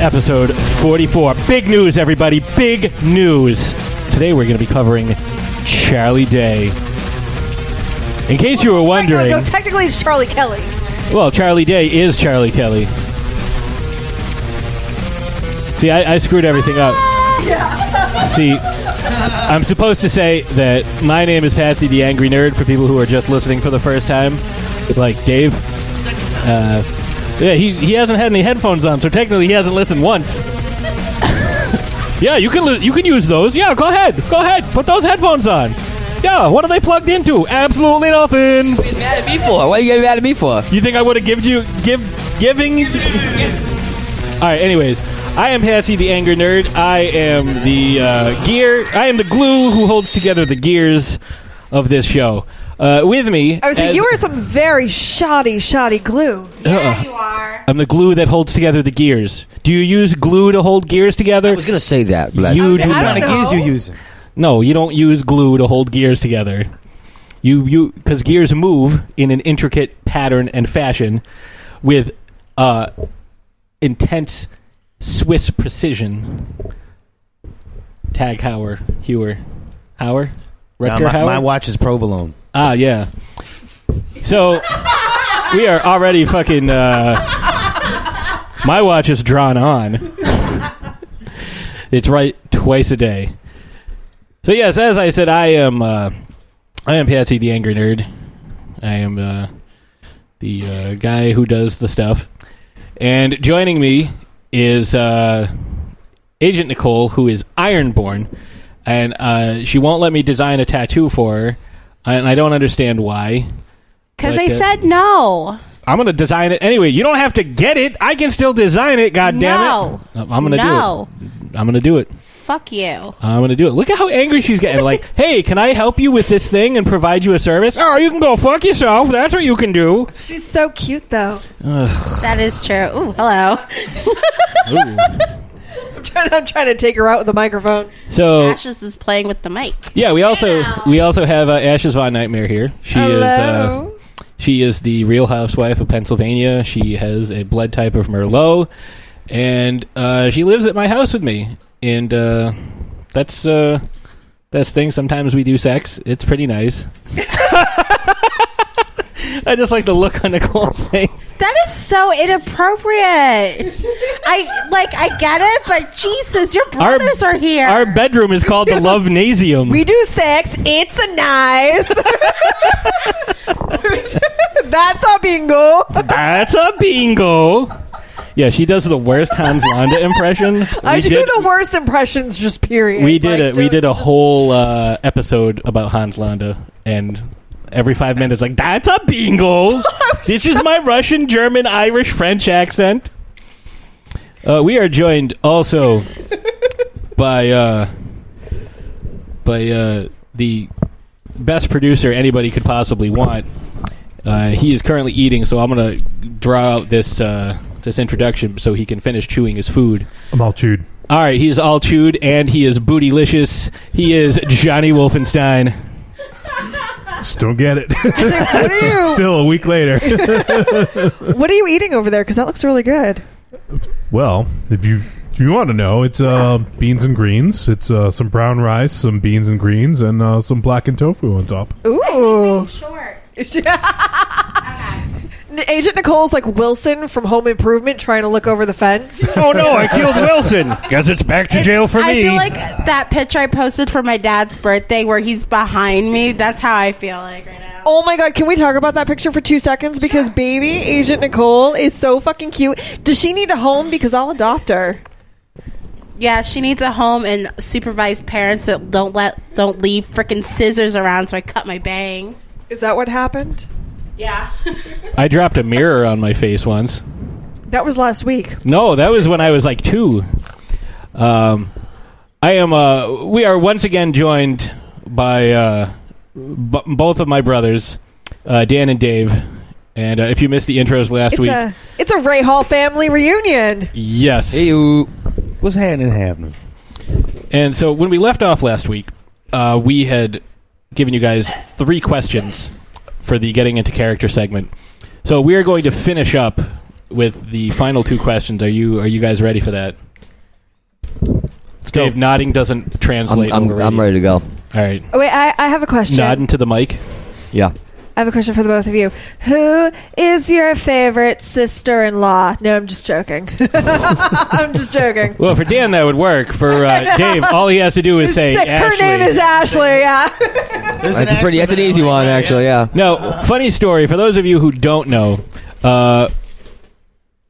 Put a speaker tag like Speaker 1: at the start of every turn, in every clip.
Speaker 1: episode 44. Big news, everybody. Big news. Today we're going to be covering Charlie Day. In case you were wondering,
Speaker 2: No, no, technically it's Charlie Kelly.
Speaker 1: well, Charlie Day is Charlie Kelly. See, I, I screwed everything up. See, I'm supposed to say that my name is Patsy the Angry Nerd for people who are just listening for the first time, like Dave. Uh, yeah, he, he hasn't had any headphones on, so technically he hasn't listened once. yeah, you can li- you can use those. Yeah, go ahead, go ahead, put those headphones on. Yeah, what are they plugged into? Absolutely nothing.
Speaker 3: What are you mad at me for? What are you getting mad at me for?
Speaker 1: You think I would have given you give giving? All right. Anyways, I am Patsy the Angry Nerd. I am the uh, gear. I am the glue who holds together the gears of this show. Uh, with me,
Speaker 2: I would say
Speaker 1: as-
Speaker 2: Oh, you are some very shoddy, shoddy glue.
Speaker 1: Uh-uh.
Speaker 4: you are.
Speaker 1: I'm the glue that holds together the gears. Do you use glue to hold gears
Speaker 3: I
Speaker 1: together?
Speaker 3: was gonna say that, but
Speaker 1: You
Speaker 2: I
Speaker 1: do
Speaker 2: don't
Speaker 1: not.
Speaker 2: know.
Speaker 5: gears you using?
Speaker 1: No, you don't use glue to hold gears together. You you because gears move in an intricate pattern and fashion with uh, intense Swiss precision. Tag Hauer, Hewer, Hauer, Rutger
Speaker 5: my,
Speaker 1: Hauer.
Speaker 5: my watch is provolone.
Speaker 1: ah, yeah. So we are already fucking. Uh, my watch is drawn on. it's right twice a day. So yes, as I said, I am uh, I am Patsy the Angry Nerd. I am uh, the uh, guy who does the stuff, and joining me is uh, Agent Nicole, who is Ironborn, and uh, she won't let me design a tattoo for her, and I don't understand why.
Speaker 4: Because
Speaker 1: Like
Speaker 4: they
Speaker 1: it.
Speaker 4: said no.
Speaker 1: I'm gonna design it anyway. You don't have to get it. I can still design it. God damn
Speaker 4: No.
Speaker 1: it! I'm gonna
Speaker 4: No.
Speaker 1: do it. I'm gonna do it.
Speaker 4: Fuck you.
Speaker 1: I'm gonna do it. Look at how angry she's getting. Like, hey, can I help you with this thing and provide you a service? Oh, you can go fuck yourself. That's what you can do.
Speaker 2: She's so cute, though.
Speaker 4: That is true. Ooh, hello.
Speaker 2: I'm trying, I'm trying to take her out with the microphone.
Speaker 1: So
Speaker 4: Ashes is playing with the mic.
Speaker 1: yeah, we also we also have uh, Ashes von Nightmare here. She is uh,
Speaker 2: Hello.
Speaker 1: she is the Real Housewife of Pennsylvania. She has a blood type of Merlot, and uh, she lives at my house with me. And uh, that's uh, that's thing. Sometimes we do sex. It's pretty nice. I just like the look on Nicole's face.
Speaker 4: That is so inappropriate. I like I get it, but Jesus, your brothers are here.
Speaker 1: Our bedroom is called the Lovenasium.
Speaker 2: we do sex. It's a nice. That's a bingo.
Speaker 1: That's a bingo. Yeah, she does the worst Hans Landa impression.
Speaker 2: I
Speaker 1: We
Speaker 2: do
Speaker 1: did-
Speaker 2: the worst impressions, just period.
Speaker 1: We did
Speaker 2: Like,
Speaker 1: it. We
Speaker 2: dude,
Speaker 1: did a
Speaker 2: just-
Speaker 1: whole uh, episode about Hans Landa, and every five minutes, like that's a bingo. this is my Russian, German, Irish, French accent. Uh, we are joined also by uh, by uh, the best producer anybody could possibly want. Uh, he is currently eating, so I'm gonna draw out this uh, this introduction so he can finish chewing his food.
Speaker 6: I'm all chewed.
Speaker 1: All right, he is all chewed and he is bootylicious. He is Johnny Wolfenstein.
Speaker 6: Still get it.
Speaker 2: what, are you,
Speaker 6: Still a week later.
Speaker 2: what are you eating over there? Because that looks really good.
Speaker 6: well, if you if you want to know, it's uh, beans and greens. It's uh, some brown rice, some beans and greens, and uh, some blackened tofu on top.
Speaker 2: Ooh.
Speaker 4: Short.
Speaker 2: Agent Nicole's like Wilson from Home Improvement trying to look over the fence.
Speaker 1: Oh no, I killed Wilson. Guess it's back to jail for
Speaker 4: I
Speaker 1: me.
Speaker 4: feel like that picture I posted for my dad's birthday where he's behind me, that's how I feel like right now.
Speaker 2: Oh my god, can we talk about that picture for two seconds? Because baby Agent Nicole is so fucking cute. Does she need a home? Because I'll adopt her.
Speaker 4: Yeah, she needs a home and supervised parents that don't let don't leave freaking scissors around so I cut my bangs.
Speaker 2: Is that what happened?
Speaker 4: Yeah.
Speaker 1: I dropped a mirror on my face once.
Speaker 2: That was last week.
Speaker 1: No, that was when I was like two. Um, I am. Uh, we are once again joined by uh, b- both of my brothers, uh, Dan and Dave. And uh, if you missed the intros last
Speaker 2: It's
Speaker 1: week,
Speaker 2: a it's a Ray Hall family reunion.
Speaker 1: yes,
Speaker 3: Hey, you.
Speaker 5: What's happening? Happening?
Speaker 1: And so when we left off last week, uh, we had given you guys three questions for the getting into character segment. So we are going to finish up with the final two questions. Are you are you guys ready for that?
Speaker 5: Let's
Speaker 1: Dave nodding doesn't
Speaker 3: I'm,
Speaker 1: translate.
Speaker 3: I'm,
Speaker 1: already.
Speaker 3: I'm ready to go.
Speaker 1: All right,
Speaker 2: Oh, wait, I, I have a question.
Speaker 1: nodding to the mic.
Speaker 3: Yeah.
Speaker 2: I have a question for the both of you. Who is your favorite sister-in-law? No, I'm just joking. I'm just joking.
Speaker 1: Well, for Dan that would work. For uh, Dave, all he has to do is say,
Speaker 2: Say, her
Speaker 1: Ashley.
Speaker 2: name is Ashley. Yeah.
Speaker 3: That's a pretty. That's an easy one, actually. Yeah.
Speaker 1: No, funny story. For those of you who don't know, uh,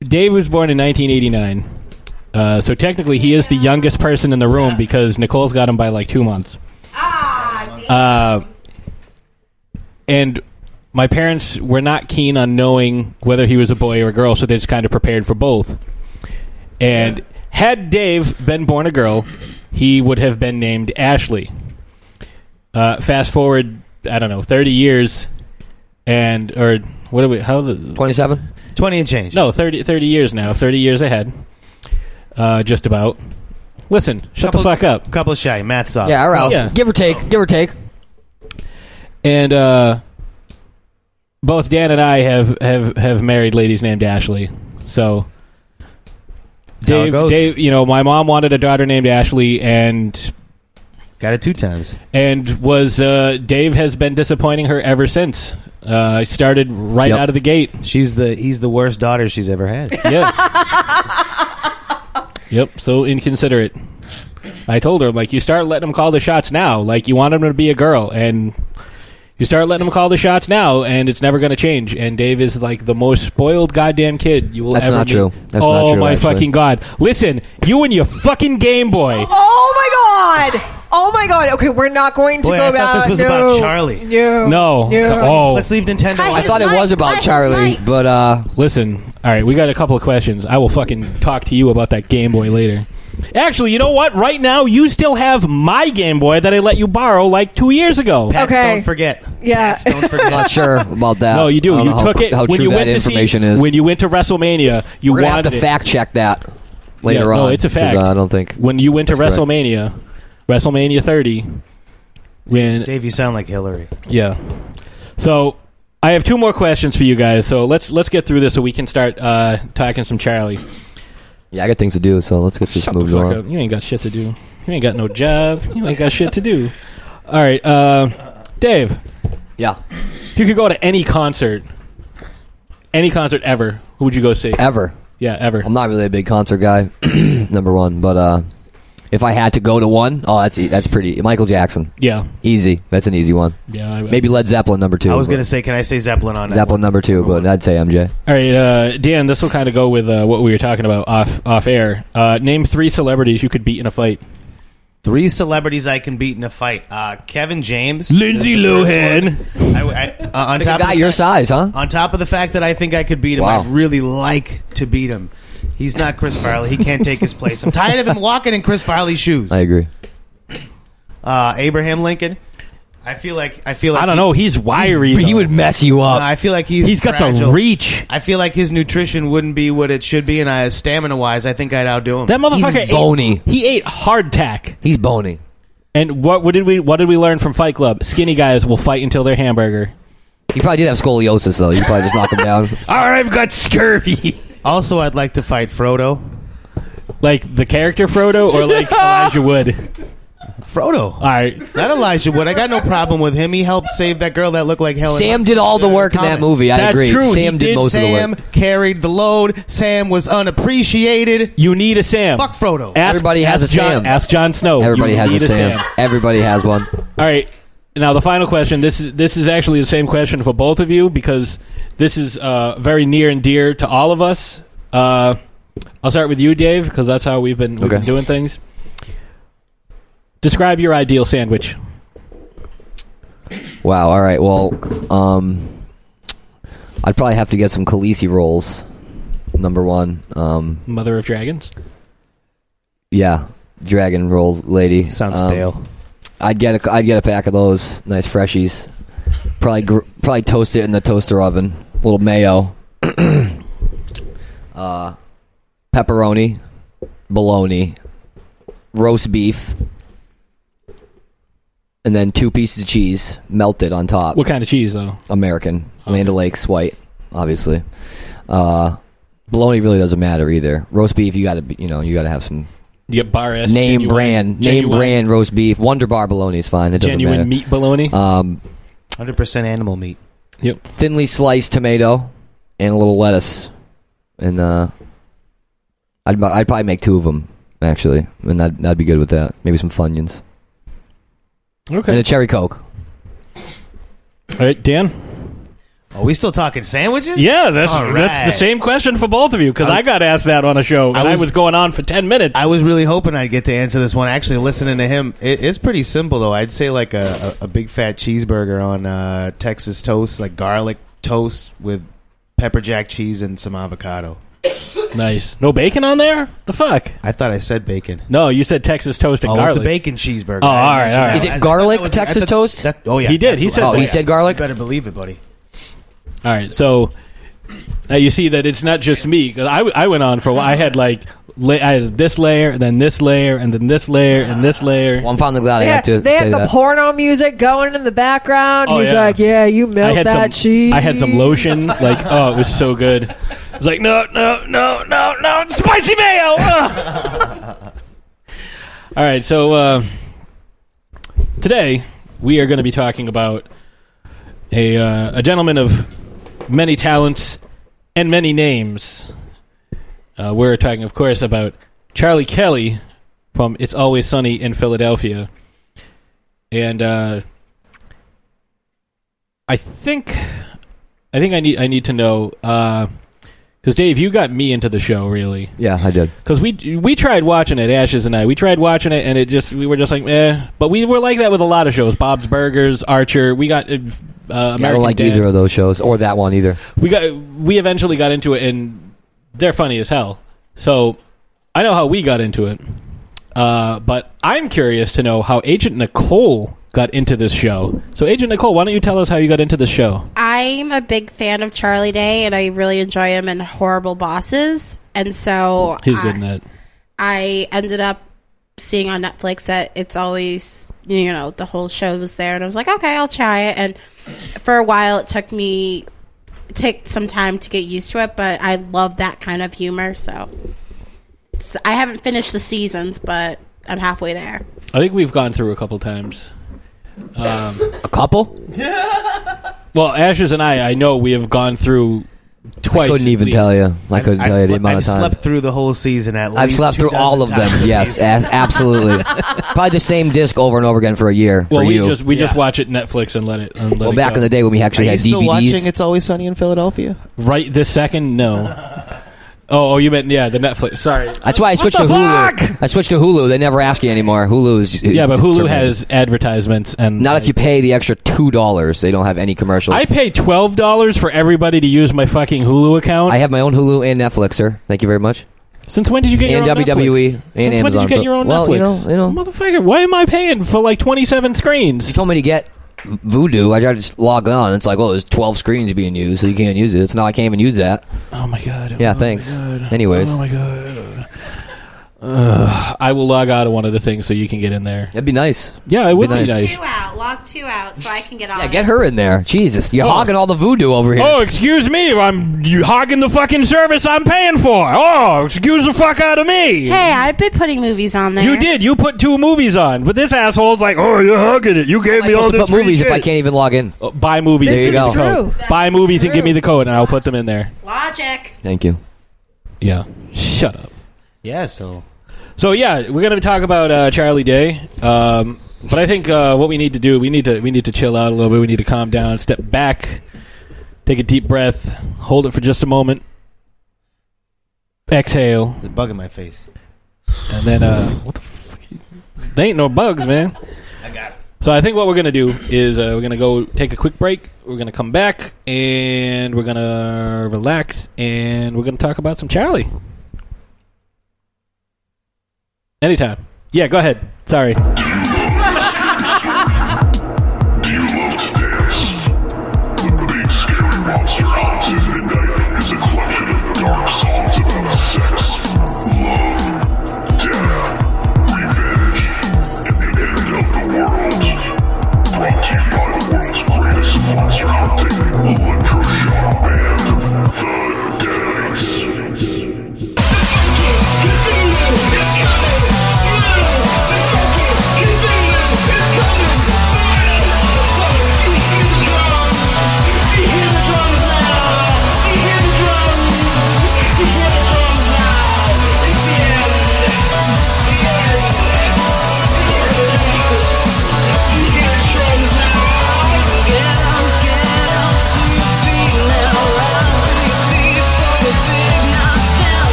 Speaker 1: Dave was born in 1989. Uh, so technically, he is the youngest person in the room because Nicole's got him by like two months. Ah, and my parents were not keen on knowing whether he was a boy or a girl, so they just kind of prepared for both. And had Dave been born a girl, he would have been named Ashley. Uh, fast forward, I don't know, 30 years, and, or what are we, how the,
Speaker 3: Twenty-seven.
Speaker 5: 20 and change.
Speaker 1: no, 30, 30 years now. 30 years ahead. Uh, just about. Listen, shut the fuck up.
Speaker 5: Couple shy. Matt's up.
Speaker 3: Yeah. Around.
Speaker 1: Yeah.
Speaker 3: Give or take. Give or take.
Speaker 1: And uh, both Dan and I have, have, have married ladies named Ashley. So.
Speaker 5: That's how it
Speaker 1: Dave,
Speaker 5: goes.
Speaker 1: Dave, you know, my mom wanted a daughter named Ashley, and
Speaker 5: Got it two times.
Speaker 1: and was uh, Dave has been disappointing her ever since. Uh, started right
Speaker 3: Yep.
Speaker 1: out of the gate.
Speaker 5: She's the. He's the worst daughter she's ever had.
Speaker 1: Yeah. yep. So inconsiderate. I told her, I'm like, you start letting him call the shots now. Like, you want him to be a girl, and you start letting him call the shots now, and it's never going to change. And Dave is like the most spoiled goddamn kid you will
Speaker 3: That's
Speaker 1: ever.
Speaker 3: not
Speaker 1: meet.
Speaker 3: true. That's
Speaker 1: oh
Speaker 3: not true,
Speaker 1: my
Speaker 3: actually.
Speaker 1: fucking god! Listen, you and your fucking Game Boy.
Speaker 2: Oh my god. Oh my god. Okay, we're not going to
Speaker 5: Wait,
Speaker 2: go
Speaker 5: I
Speaker 2: about.
Speaker 5: thought this was
Speaker 2: no.
Speaker 5: about Charlie.
Speaker 2: No.
Speaker 1: No. Oh.
Speaker 5: Let's leave Nintendo.
Speaker 4: Cut
Speaker 3: I
Speaker 5: alone.
Speaker 4: his
Speaker 3: thought it
Speaker 4: mic,
Speaker 3: was about
Speaker 4: cut his
Speaker 3: Charlie,
Speaker 4: mic.
Speaker 3: but uh,
Speaker 1: Listen, all right, we got a couple of questions. I will fucking talk to you about that Game Boy later. Actually, you know what? Right now, you still have my Game Boy that I let you borrow like two years ago.
Speaker 5: Pats
Speaker 2: Okay.
Speaker 5: don't forget.
Speaker 2: Yeah.
Speaker 5: Pats don't
Speaker 3: I'm
Speaker 5: forget.
Speaker 3: not sure about that.
Speaker 1: No, you do.
Speaker 3: I
Speaker 1: You
Speaker 3: don't know how
Speaker 1: took
Speaker 3: pr-
Speaker 1: it
Speaker 3: How
Speaker 1: when
Speaker 3: true
Speaker 1: you
Speaker 3: that
Speaker 1: went to see
Speaker 3: information is.
Speaker 1: when you went to WrestleMania. You
Speaker 3: We're gonna have
Speaker 1: wanted
Speaker 3: to fact check that later
Speaker 1: yeah,
Speaker 3: on.
Speaker 1: No, it's a
Speaker 3: 'cause,
Speaker 1: fact.
Speaker 3: uh, I don't think.
Speaker 1: when you went to
Speaker 3: That's correct.
Speaker 1: WrestleMania, WrestleMania 30. When
Speaker 5: Dave, you sound like Hillary.
Speaker 1: Yeah. So I have two more questions for you guys. So let's let's get through this so we can start uh, talking some Charlie.
Speaker 3: Yeah, I got things to do, so let's get this
Speaker 1: Shut the
Speaker 3: moved
Speaker 1: fuck
Speaker 3: on.
Speaker 1: up. You ain't got shit to do. You ain't got no job. You ain't got shit to do. All right, uh, Dave.
Speaker 3: Yeah,
Speaker 1: If you could go to any concert, any concert ever, who would you go see?
Speaker 3: ever.
Speaker 1: Yeah, ever.
Speaker 3: I'm not really a big concert guy, number one. But uh, if I had to go to one, oh, that's e- that's pretty. Michael Jackson,
Speaker 1: Yeah,
Speaker 3: easy. That's an easy one.
Speaker 1: yeah. I,
Speaker 3: Maybe Led Zeppelin number two.
Speaker 5: I was
Speaker 3: but-
Speaker 5: gonna say, can I say Zeppelin on that
Speaker 3: Zeppelin
Speaker 5: one?
Speaker 3: number two, but I'd say MJ.
Speaker 1: All right, uh, Dan. This will kind of go with uh, what we were talking about off off air. Uh, name three celebrities you could beat in a fight.
Speaker 5: Three celebrities I can beat in a fight: uh, Kevin James,
Speaker 1: Lindsay Lohan.
Speaker 5: I, I, uh, on
Speaker 3: Pick
Speaker 5: top
Speaker 3: a guy
Speaker 5: of the
Speaker 3: your
Speaker 5: fact-
Speaker 3: size, huh?
Speaker 5: on top of the fact that I think I could beat him,
Speaker 3: Wow.
Speaker 5: I really like to beat him. He's not Chris Farley. He can't take his place. I'm tired of him walking in Chris Farley's shoes.
Speaker 3: I agree.
Speaker 5: Uh, Abraham Lincoln. I feel like I feel like
Speaker 1: I don't know. He's wiry.
Speaker 3: But he
Speaker 1: though.
Speaker 3: would mess you
Speaker 5: Uh,
Speaker 3: up.
Speaker 5: I feel like he's
Speaker 1: He's got
Speaker 5: fragile.
Speaker 1: the reach.
Speaker 5: I feel like his nutrition wouldn't be what it should be, and I stamina wise, I think I'd outdo him.
Speaker 1: That motherfucker ate-
Speaker 3: bony.
Speaker 1: he ate hardtack.
Speaker 3: He's bony.
Speaker 1: And what, what did we what did we learn from Fight Club? Skinny guys will fight until they're hamburger.
Speaker 3: He probably did have scoliosis though. You probably just knock him down.
Speaker 1: I've got scurvy.
Speaker 5: also, I'd like to fight Frodo.
Speaker 1: Like the character Frodo or like Elijah Wood.
Speaker 5: Frodo.
Speaker 1: All right.
Speaker 5: not Elijah Wood. I got no problem with him. He helped save that girl that looked like Helen.
Speaker 3: Sam did all the work in that
Speaker 5: Comment.
Speaker 3: movie. I
Speaker 1: That's
Speaker 3: agree.
Speaker 1: true,
Speaker 3: Sam
Speaker 1: he
Speaker 3: did,
Speaker 1: did
Speaker 3: most of
Speaker 5: Sam
Speaker 3: the work.
Speaker 5: carried the load. Sam was unappreciated.
Speaker 1: You need a Sam.
Speaker 5: Fuck Frodo.
Speaker 1: Ask-
Speaker 3: Everybody has
Speaker 1: ask
Speaker 3: a
Speaker 1: John,
Speaker 3: Sam.
Speaker 1: Ask Jon Snow.
Speaker 3: Everybody
Speaker 1: You
Speaker 3: has a
Speaker 1: need
Speaker 3: Sam. Everybody has one.
Speaker 1: All right. Now the final question. This is this is actually the same question for both of you because this is uh, very near and dear to all of us. Uh, I'll start with you, Dave, because that's how we've been, we've been
Speaker 3: Okay.
Speaker 1: doing things. Describe your ideal sandwich.
Speaker 3: Wow. All right. Well, um, I'd probably have to get some Khaleesi rolls. Number one. Um,
Speaker 1: Mother of Dragons.
Speaker 3: yeah, dragon roll lady.
Speaker 5: Sounds
Speaker 3: Um,
Speaker 5: stale.
Speaker 3: I'd get a I'd get a pack of those nice freshies. Probably gr- probably toast it in the toaster oven. A little mayo, uh, pepperoni, bologna, roast beef, and then two pieces of cheese melted on top.
Speaker 1: What kind of cheese, though?
Speaker 3: American Land O'Lakes white, obviously. Uh, Bologna really doesn't matter either. Roast beef, you got to you know you got to have some
Speaker 1: You get bar S
Speaker 3: name
Speaker 1: genuine-
Speaker 3: brand name
Speaker 1: genuine-
Speaker 3: brand roast beef. Wonder Bar bologna is fine. It doesn't
Speaker 1: genuine
Speaker 3: matter.
Speaker 1: meat bologna.
Speaker 5: Uh,
Speaker 3: Um,
Speaker 5: Hundred percent animal meat.
Speaker 1: yep.
Speaker 3: thinly sliced tomato and a little lettuce, and uh, I'd bu- I'd probably make two of them actually, and I'd I'd be good with that. Maybe some funyuns and
Speaker 1: Okay.
Speaker 3: a cherry coke.
Speaker 1: All right, Dan.
Speaker 5: Are we still talking sandwiches?
Speaker 1: Yeah, that's
Speaker 5: All
Speaker 1: that's the
Speaker 5: right.
Speaker 1: same question for both of you because I,
Speaker 5: I-
Speaker 1: got asked that on a show and I was,
Speaker 5: was-
Speaker 1: going on for ten minutes.
Speaker 5: I was really hoping I'd get to answer this one. Actually, listening to him, it, it's pretty simple though. I'd say like a, a, a big fat cheeseburger on uh, Texas toast, like garlic toast with pepper jack cheese and some avocado.
Speaker 1: nice. No bacon on there. The fuck.
Speaker 5: I thought I said bacon.
Speaker 1: No, you said Texas toast and
Speaker 5: Oh,
Speaker 1: garlic.
Speaker 5: it's a bacon cheeseburger.
Speaker 1: Oh,
Speaker 5: I
Speaker 1: all right,
Speaker 5: mentioned
Speaker 1: all right.
Speaker 5: that.
Speaker 3: Is it
Speaker 5: I thought
Speaker 3: garlic
Speaker 5: that was-
Speaker 3: Texas
Speaker 5: I thought-
Speaker 3: toast?
Speaker 5: that- oh yeah,
Speaker 1: He did. He said
Speaker 3: Oh,
Speaker 5: absolutely.
Speaker 3: he
Speaker 1: that.
Speaker 3: said garlic.
Speaker 5: You better believe it, buddy.
Speaker 1: All right, so now you see that it's not just me because I, I went on for a while. I had like la- I had this layer, and then this layer, and then this layer, and this layer.
Speaker 3: Well, I'm finally glad I
Speaker 2: They
Speaker 3: have
Speaker 2: had,
Speaker 3: to
Speaker 2: they had
Speaker 3: say
Speaker 2: the
Speaker 3: that.
Speaker 2: porno music going in the background.
Speaker 1: Oh,
Speaker 2: He's
Speaker 1: yeah.
Speaker 2: like, "Yeah, you
Speaker 1: I
Speaker 2: melt
Speaker 1: had
Speaker 2: that
Speaker 1: some
Speaker 2: cheese."
Speaker 1: I had some lotion. Like oh, it was so good. I was like no no no no no spicy mayo. ugh. All right, so uh, today we are going to be talking about a uh, a gentleman of many talents and many names. Uh, we're talking, of course, about Charlie Kelly from It's Always Sunny in Philadelphia. And uh, I think I think I need I need to know because Dave, you got me into the show really
Speaker 3: Yeah, I did.
Speaker 1: because we we tried watching it Ashes and I we tried watching it and it just we were just like eh but we were like that with a lot of shows Bob's Burgers Archer we got uh, American
Speaker 3: I don't like
Speaker 1: Dad.
Speaker 3: either of those shows or that one either.
Speaker 1: we got we eventually got into it and they're funny as hell so i know how we got into it uh, but i'm curious to know how agent nicole got into this show so agent nicole why don't you tell us how you got into this show
Speaker 4: I'm a big fan of Charlie Day, and I really enjoy him in Horrible Bosses. And so
Speaker 1: he's
Speaker 4: I,
Speaker 1: good in that
Speaker 4: I ended up seeing on Netflix that it's always you know the whole show was there, and I was like, okay, I'll try it. And for a while, it took me it took some time to get used to it, but I love that kind of humor. So it's, I haven't finished the seasons, but I'm halfway there.
Speaker 1: i think we've gone through a couple times Um,
Speaker 3: A couple?
Speaker 1: well ashes and i i know we have gone through twice
Speaker 3: Couldn't
Speaker 1: at
Speaker 3: even
Speaker 1: least.
Speaker 3: tell you. I couldn't tell you the
Speaker 5: fl-
Speaker 3: amount
Speaker 5: I've
Speaker 3: of times.
Speaker 5: slept through the whole season at least.
Speaker 3: I've slept through
Speaker 5: 2,000
Speaker 3: all of them.
Speaker 5: times at
Speaker 3: Yes,
Speaker 5: least.
Speaker 3: a- absolutely. Probably the same disc over and over again for a year
Speaker 1: well
Speaker 3: for
Speaker 1: we
Speaker 3: you.
Speaker 1: just we just
Speaker 5: Yeah.
Speaker 1: watch it netflix and let it and let
Speaker 3: well,
Speaker 1: it
Speaker 3: back
Speaker 1: go.
Speaker 3: in the day when we
Speaker 5: Are
Speaker 3: actually
Speaker 5: you
Speaker 3: had
Speaker 5: still watching
Speaker 3: DVDs,
Speaker 5: It's Always Sunny in Philadelphia?
Speaker 1: right this second no oh, oh you meant yeah the netflix sorry
Speaker 3: that's why I switched to Hulu. I switched to Hulu. They never ask you anymore. Hulu is
Speaker 1: Yeah, but
Speaker 3: it's
Speaker 1: Hulu
Speaker 3: surprising.
Speaker 1: has advertisements and
Speaker 3: not if you pay the extra two dollars. They don't have any commercials.
Speaker 1: I
Speaker 3: I,
Speaker 1: pay twelve dollars for everybody to use my fucking Hulu account.
Speaker 3: have my own Hulu and Netflix, sir. Thank you very much.
Speaker 1: Since when did you get
Speaker 3: And
Speaker 1: your own Netflix?
Speaker 3: WWE and
Speaker 1: Since when did
Speaker 3: Amazon.
Speaker 1: you get your own
Speaker 3: Well,
Speaker 1: Netflix?
Speaker 3: you know- you know.
Speaker 1: motherfucker, why am I paying for like twenty-seven screens?
Speaker 3: You told me to get Voodoo. I tried to just log on. It's like, well, there's twelve screens being used, so you can't use it. So now I can't even use that.
Speaker 1: Oh my god.
Speaker 3: Yeah,
Speaker 1: Oh my
Speaker 3: thanks.
Speaker 1: God.
Speaker 3: Anyways.
Speaker 1: Oh my god. Ugh, I will log out of one of the things so you can get in there.
Speaker 3: That'd be nice.
Speaker 1: Yeah, it would be
Speaker 3: Be
Speaker 1: nice.
Speaker 3: nice.
Speaker 4: Two out, lock two out, so I can get on.
Speaker 3: Yeah, get her in there. Jesus, you're hogging all the voodoo over here.
Speaker 1: Oh, excuse me, I'm you hogging the fucking service I'm paying for. Oh, excuse the fuck out of me.
Speaker 4: Hey, I've been putting movies on there.
Speaker 1: You did. You put two movies on, but this asshole's like, "Oh, you're hugging it. You gave
Speaker 3: I'm
Speaker 1: me all
Speaker 3: supposed to
Speaker 1: this
Speaker 3: put
Speaker 1: free
Speaker 3: movies
Speaker 1: shit.
Speaker 3: if I can't even log in.
Speaker 1: Uh, buy movies.
Speaker 2: This
Speaker 3: There you
Speaker 2: is
Speaker 3: go.
Speaker 2: true.
Speaker 1: Buy movies and give me
Speaker 2: true.
Speaker 1: the code, and I'll put them in there.
Speaker 4: Logic.
Speaker 3: Thank you.
Speaker 1: Yeah. Shut up.
Speaker 5: Yeah, so
Speaker 1: So yeah, we're gonna talk about uh, Charlie Day, um, but I think uh, what we need to do, we need to we need to chill out a little bit. We need to calm down, step back, take a deep breath, hold it for just a moment, exhale,
Speaker 5: the bug in my face.
Speaker 1: and then uh, what the fuck? They ain't no bugs, man.
Speaker 5: I got it.
Speaker 1: So I think what we're gonna do is uh, we're gonna go take a quick break. We're gonna come back and we're gonna relax and we're gonna talk about some Charlie. Anytime. Yeah, go ahead. Sorry.
Speaker 7: You love dance. The Big Scary Monster House at Midnight is a collection of dark songs about sex, love, death, revenge, and the end of the world. Brought to you by the world's greatest monster hunting electroshock band, The Deadites.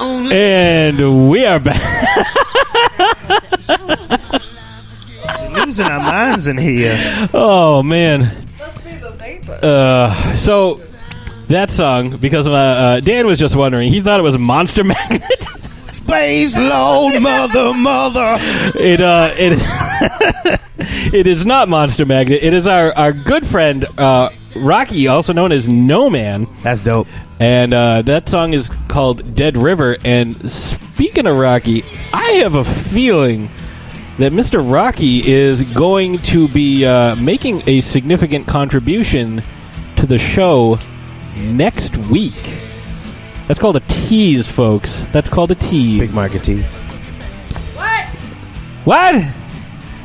Speaker 1: And we are back.
Speaker 5: Losing our minds in here.
Speaker 1: Oh man.
Speaker 2: Must be the vapor.
Speaker 1: Uh, so that song because uh, uh, Dan was just wondering. He thought it was Monster Magnet.
Speaker 5: Space load, mother, mother.
Speaker 1: It uh, it it is not Monster Magnet. It is our our good friend uh, Rocky, also known as No Man,
Speaker 5: That's dope.
Speaker 1: and uh, that song is called Dead River. And speaking of Rocky, I have a feeling that Mr. Rocky is going to be uh, making a significant contribution to the show next week. That's called a tease, folks. That's called a tease.
Speaker 5: Big market tease.
Speaker 1: What?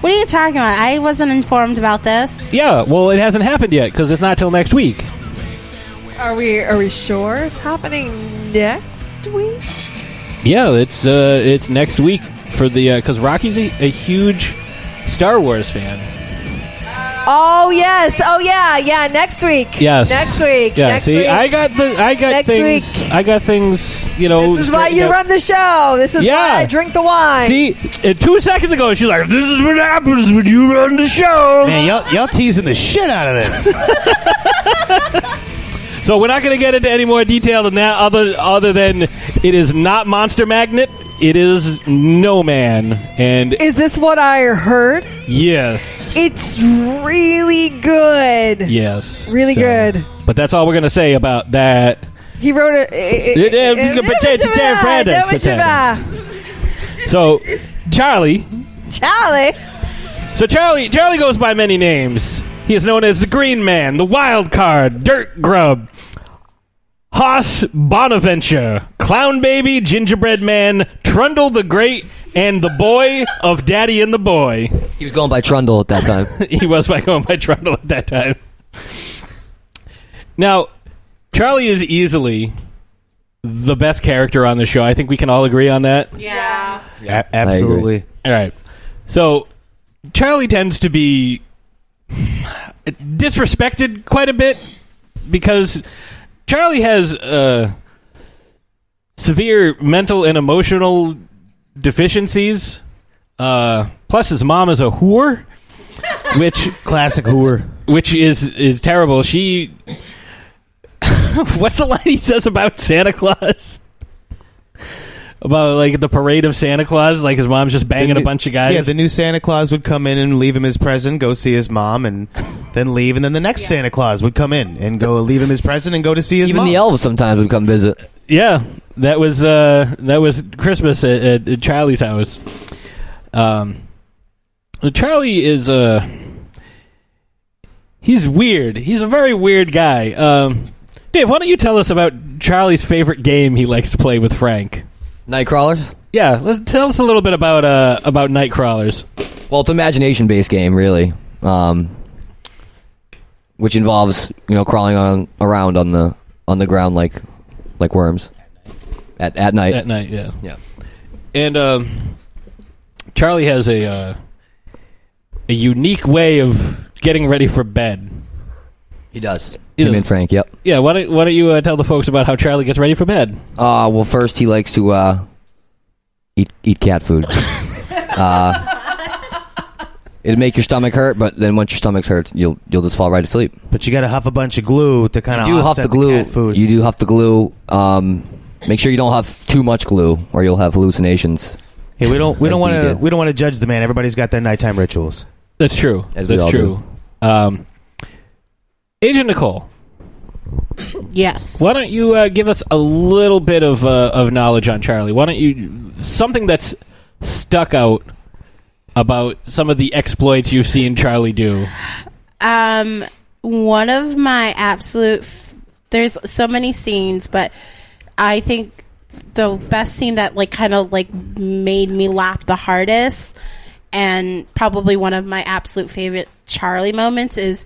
Speaker 4: What are you talking about? I wasn't informed about this.
Speaker 1: Yeah, well, it hasn't happened yet because it's not till next week.
Speaker 2: Are we are we sure it's happening next week?
Speaker 1: Yeah, it's uh, it's next week for the because Rocky's a, a huge Star Wars fan.
Speaker 2: Oh yes. Oh yeah. Yeah. Next week.
Speaker 1: Yes,
Speaker 2: Next week.
Speaker 1: Yeah,
Speaker 2: next
Speaker 1: see,
Speaker 2: week.
Speaker 1: I got the I got
Speaker 2: Next
Speaker 1: things I got things. You know,
Speaker 2: this is why
Speaker 1: straightened
Speaker 2: you
Speaker 1: out.
Speaker 2: run the show. This is
Speaker 1: Yeah.
Speaker 2: why I drink the wine.
Speaker 1: See, uh, two seconds ago, she's like, "This is what happens when you run the show."
Speaker 5: Man, y'all, y'all teasing the shit out of this.
Speaker 1: So we're not going to get into any more detail than that, other other than it is not Monster Magnet. It is No Man, and
Speaker 2: Is this what I heard?
Speaker 1: yes,
Speaker 2: It's really good.
Speaker 1: yes,
Speaker 2: Really
Speaker 1: So-
Speaker 2: good.
Speaker 1: But that's all we're going to say about that.
Speaker 2: He wrote it.
Speaker 1: It- it- it's gonna pretend to Ted Fernandez. So, Charlie.
Speaker 2: Charlie.
Speaker 1: So Charlie. Charlie goes by many names. He is known as the Green Man, the Wild Card, Dirt Grub, Hoss Bonaventure, Clown Baby, Gingerbread Man, Trundle the Great, and the Boy of Daddy and the Boy.
Speaker 3: He was going by Trundle at that time.
Speaker 1: he was by going by Trundle at that time. Now, Charlie is easily the best character on the show. I think we can all agree on that.
Speaker 4: Yeah.
Speaker 5: A- absolutely.
Speaker 1: All right. So Charlie tends to be disrespected quite a bit because Charlie has uh, severe mental and emotional deficiencies. Uh, plus, his mom is a whore, which
Speaker 5: Classic whore.
Speaker 1: which is is terrible. She. What's the line he says about Santa Claus? About like the parade of Santa Claus, like his mom's just banging
Speaker 5: The
Speaker 1: a
Speaker 5: new-
Speaker 1: bunch of guys.
Speaker 5: Yeah, the new Santa Claus would come in and leave him his present, go see his mom, and then leave. And then the next Santa Claus would come in and go leave him his present and go to see his
Speaker 3: Even
Speaker 5: mom.
Speaker 3: the elves sometimes would come visit.
Speaker 1: Yeah, that was uh, that was Christmas at, at, at Charlie's house. Um, Charlie is uh, he's weird. He's a very weird guy. Um, Dave, why don't you tell us about Charlie's favorite game he likes to play with Frank?
Speaker 3: Nightcrawlers?
Speaker 1: Yeah, let, tell us a little bit about uh, about Nightcrawlers.
Speaker 3: Well, it's an imagination based game, really, um, which involves you know crawling on around on the on the ground like like worms at at night.
Speaker 1: At night, yeah,
Speaker 3: Yeah,
Speaker 1: and um, Charlie has a uh, a unique way of getting ready for bed.
Speaker 3: he does.
Speaker 1: He
Speaker 3: Him
Speaker 1: does.
Speaker 3: and Frank. Yep.
Speaker 1: Yeah, why don't, why don't you uh, tell the folks about how Charlie gets ready for bed?
Speaker 3: Uh, well, first he likes to uh, eat eat cat food. uh, it'll make your stomach hurt, but then once your stomach hurts, you'll you'll just fall right asleep.
Speaker 5: But you got to huff a bunch of glue to kind of
Speaker 3: You do huff
Speaker 5: offset
Speaker 3: the glue.
Speaker 5: cat food.
Speaker 3: You do huff the glue. Um, make sure you don't huff too much glue, or you'll have hallucinations.
Speaker 5: Hey, we don't we don't
Speaker 3: That's what
Speaker 5: want
Speaker 3: he
Speaker 5: to
Speaker 3: did.
Speaker 5: we don't want to judge the man. Everybody's got their nighttime rituals.
Speaker 1: That's true.
Speaker 3: As we
Speaker 1: That's
Speaker 3: all
Speaker 1: true. Um, Agent Nicole,
Speaker 4: Yes.
Speaker 1: why don't you uh, give us a little bit of uh, of knowledge on Charlie? Why don't you something that's stuck out about some of the exploits you've seen Charlie do?
Speaker 4: Um, one of my absolute f- there's so many scenes, but I think the best scene that like kind of like made me laugh the hardest, and probably one of my absolute favorite Charlie moments is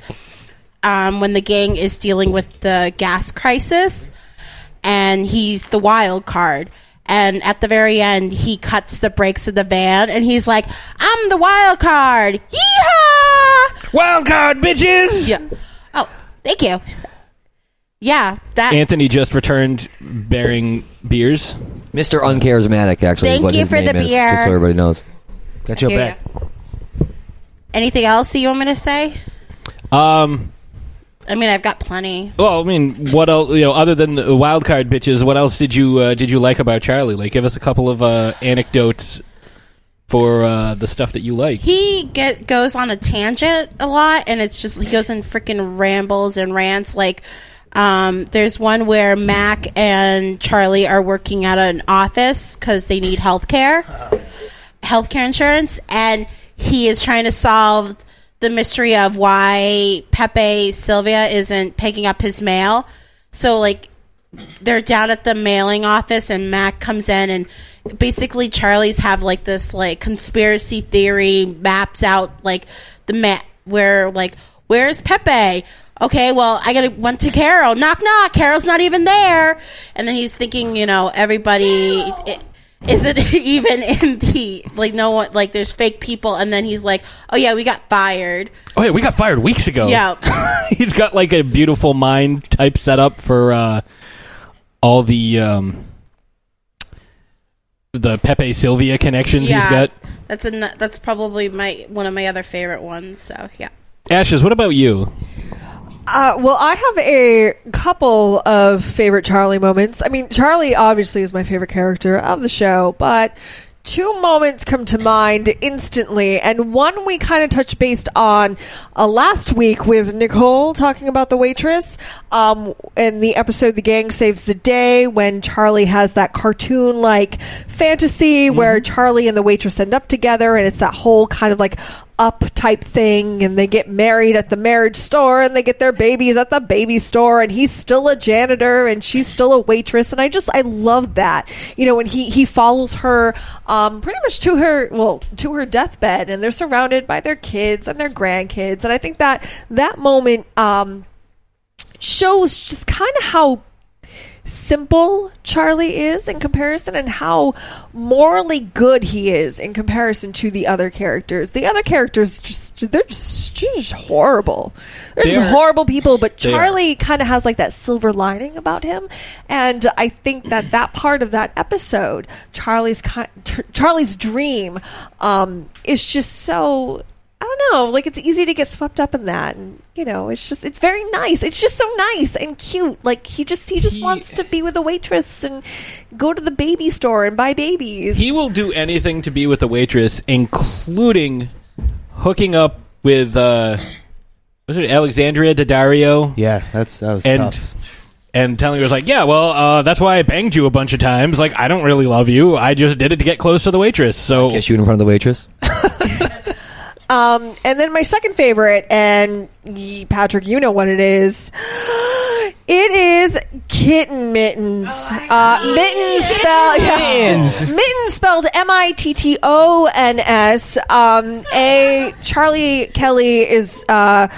Speaker 4: um, when the gang is dealing with the gas crisis, and he's the wild card. And at the very end, he cuts the brakes of the van, and he's like, "I'm the wild card, yeehaw!"
Speaker 1: Wild card, bitches!
Speaker 4: Yeah. Oh, thank you. Yeah, that
Speaker 1: Anthony just returned bearing beers.
Speaker 3: Mr. Uncharismatic, actually, is
Speaker 4: Thank
Speaker 3: what
Speaker 4: you
Speaker 3: his
Speaker 4: for
Speaker 3: name
Speaker 4: the
Speaker 3: is,
Speaker 4: beer.
Speaker 3: just so everybody knows.
Speaker 5: Got your
Speaker 4: Here
Speaker 5: back.
Speaker 4: you go. Anything else that you want me to say?
Speaker 1: Um.
Speaker 4: I mean, I've got plenty.
Speaker 1: Well, I mean, what else? You know, other than the wild card bitches, what else did you uh, did you like about Charlie? Like, give us a couple of uh, anecdotes for uh, the stuff that you like.
Speaker 4: He get goes on a tangent a lot, and it's just he goes in freaking rambles and rants. Like, um, there's one where Mac and Charlie are working at an office because they need health care, healthcare insurance, and he is trying to solve the mystery of why Pepe Sylvia isn't picking up his mail. So, like, they're down at the mailing office and Mac comes in and basically Charlie's have like this like conspiracy theory maps out like the map where like where's Pepe? Okay, well I gotta went to Carol. Knock knock. Carol's not even there. And then he's thinking, you know, everybody it, isn't even in the like no one like there's fake people. And then he's like, oh yeah, we got fired.
Speaker 1: Oh yeah, we got fired weeks ago.
Speaker 4: Yeah.
Speaker 1: he's got like a beautiful mind type setup for uh, all the um, the Pepe Sylvia connections he's
Speaker 4: yeah.
Speaker 1: got.
Speaker 4: That's a that's probably my one of my other favorite ones. So yeah.
Speaker 1: Ashes, what about you?
Speaker 2: Uh, well, I have a couple of favorite Charlie moments. I mean, Charlie obviously is my favorite character of the show, but two moments come to mind instantly. And one we kind of touched based on uh, last week with Nicole talking about the waitress um, in the episode The Gang Saves the Day when Charlie has that cartoon like fantasy where Charlie and the waitress end up together. And it's that whole kind of like up type thing and they get married at the marriage store and they get their babies at the baby store and he's still a janitor and she's still a waitress and I just I love that you know and he he follows her um, pretty much to her well to her deathbed and they're surrounded by their kids and their grandkids and I think that that moment um, shows just kind of how simple Charlie is in comparison and how morally good he is in comparison to the other characters. The other characters just they're just, just horrible. They're,
Speaker 1: They are.
Speaker 2: just horrible people, but
Speaker 1: They are.
Speaker 2: Charlie kind of has like that silver lining about him. And I think that that part of that episode, Charlie's ki- Ch- Charlie's dream um is just so I don't know. Like it's easy to get swept up in that, and you know, it's just it's very nice. It's just so nice and cute. Like he just he just
Speaker 1: He-
Speaker 2: wants to be with a waitress and go to the baby store and buy babies.
Speaker 1: He will do anything to be with a waitress, including hooking up with uh, was it Alexandria Daddario?
Speaker 5: Yeah, that's that was
Speaker 1: and
Speaker 5: tough.
Speaker 1: and telling her it's like, yeah, well, uh, that's why I banged you a bunch of times. Like, I don't really love you. I just did it to get close to the waitress. So
Speaker 3: Kiss you in front of the waitress.
Speaker 2: Um, and then my second favorite, and y- Patrick, you know what it is. It is kitten mittens. uh, mittens spelled mittens. mittens spelled M I T T O N S. Um, a Charlie Kelly is uh,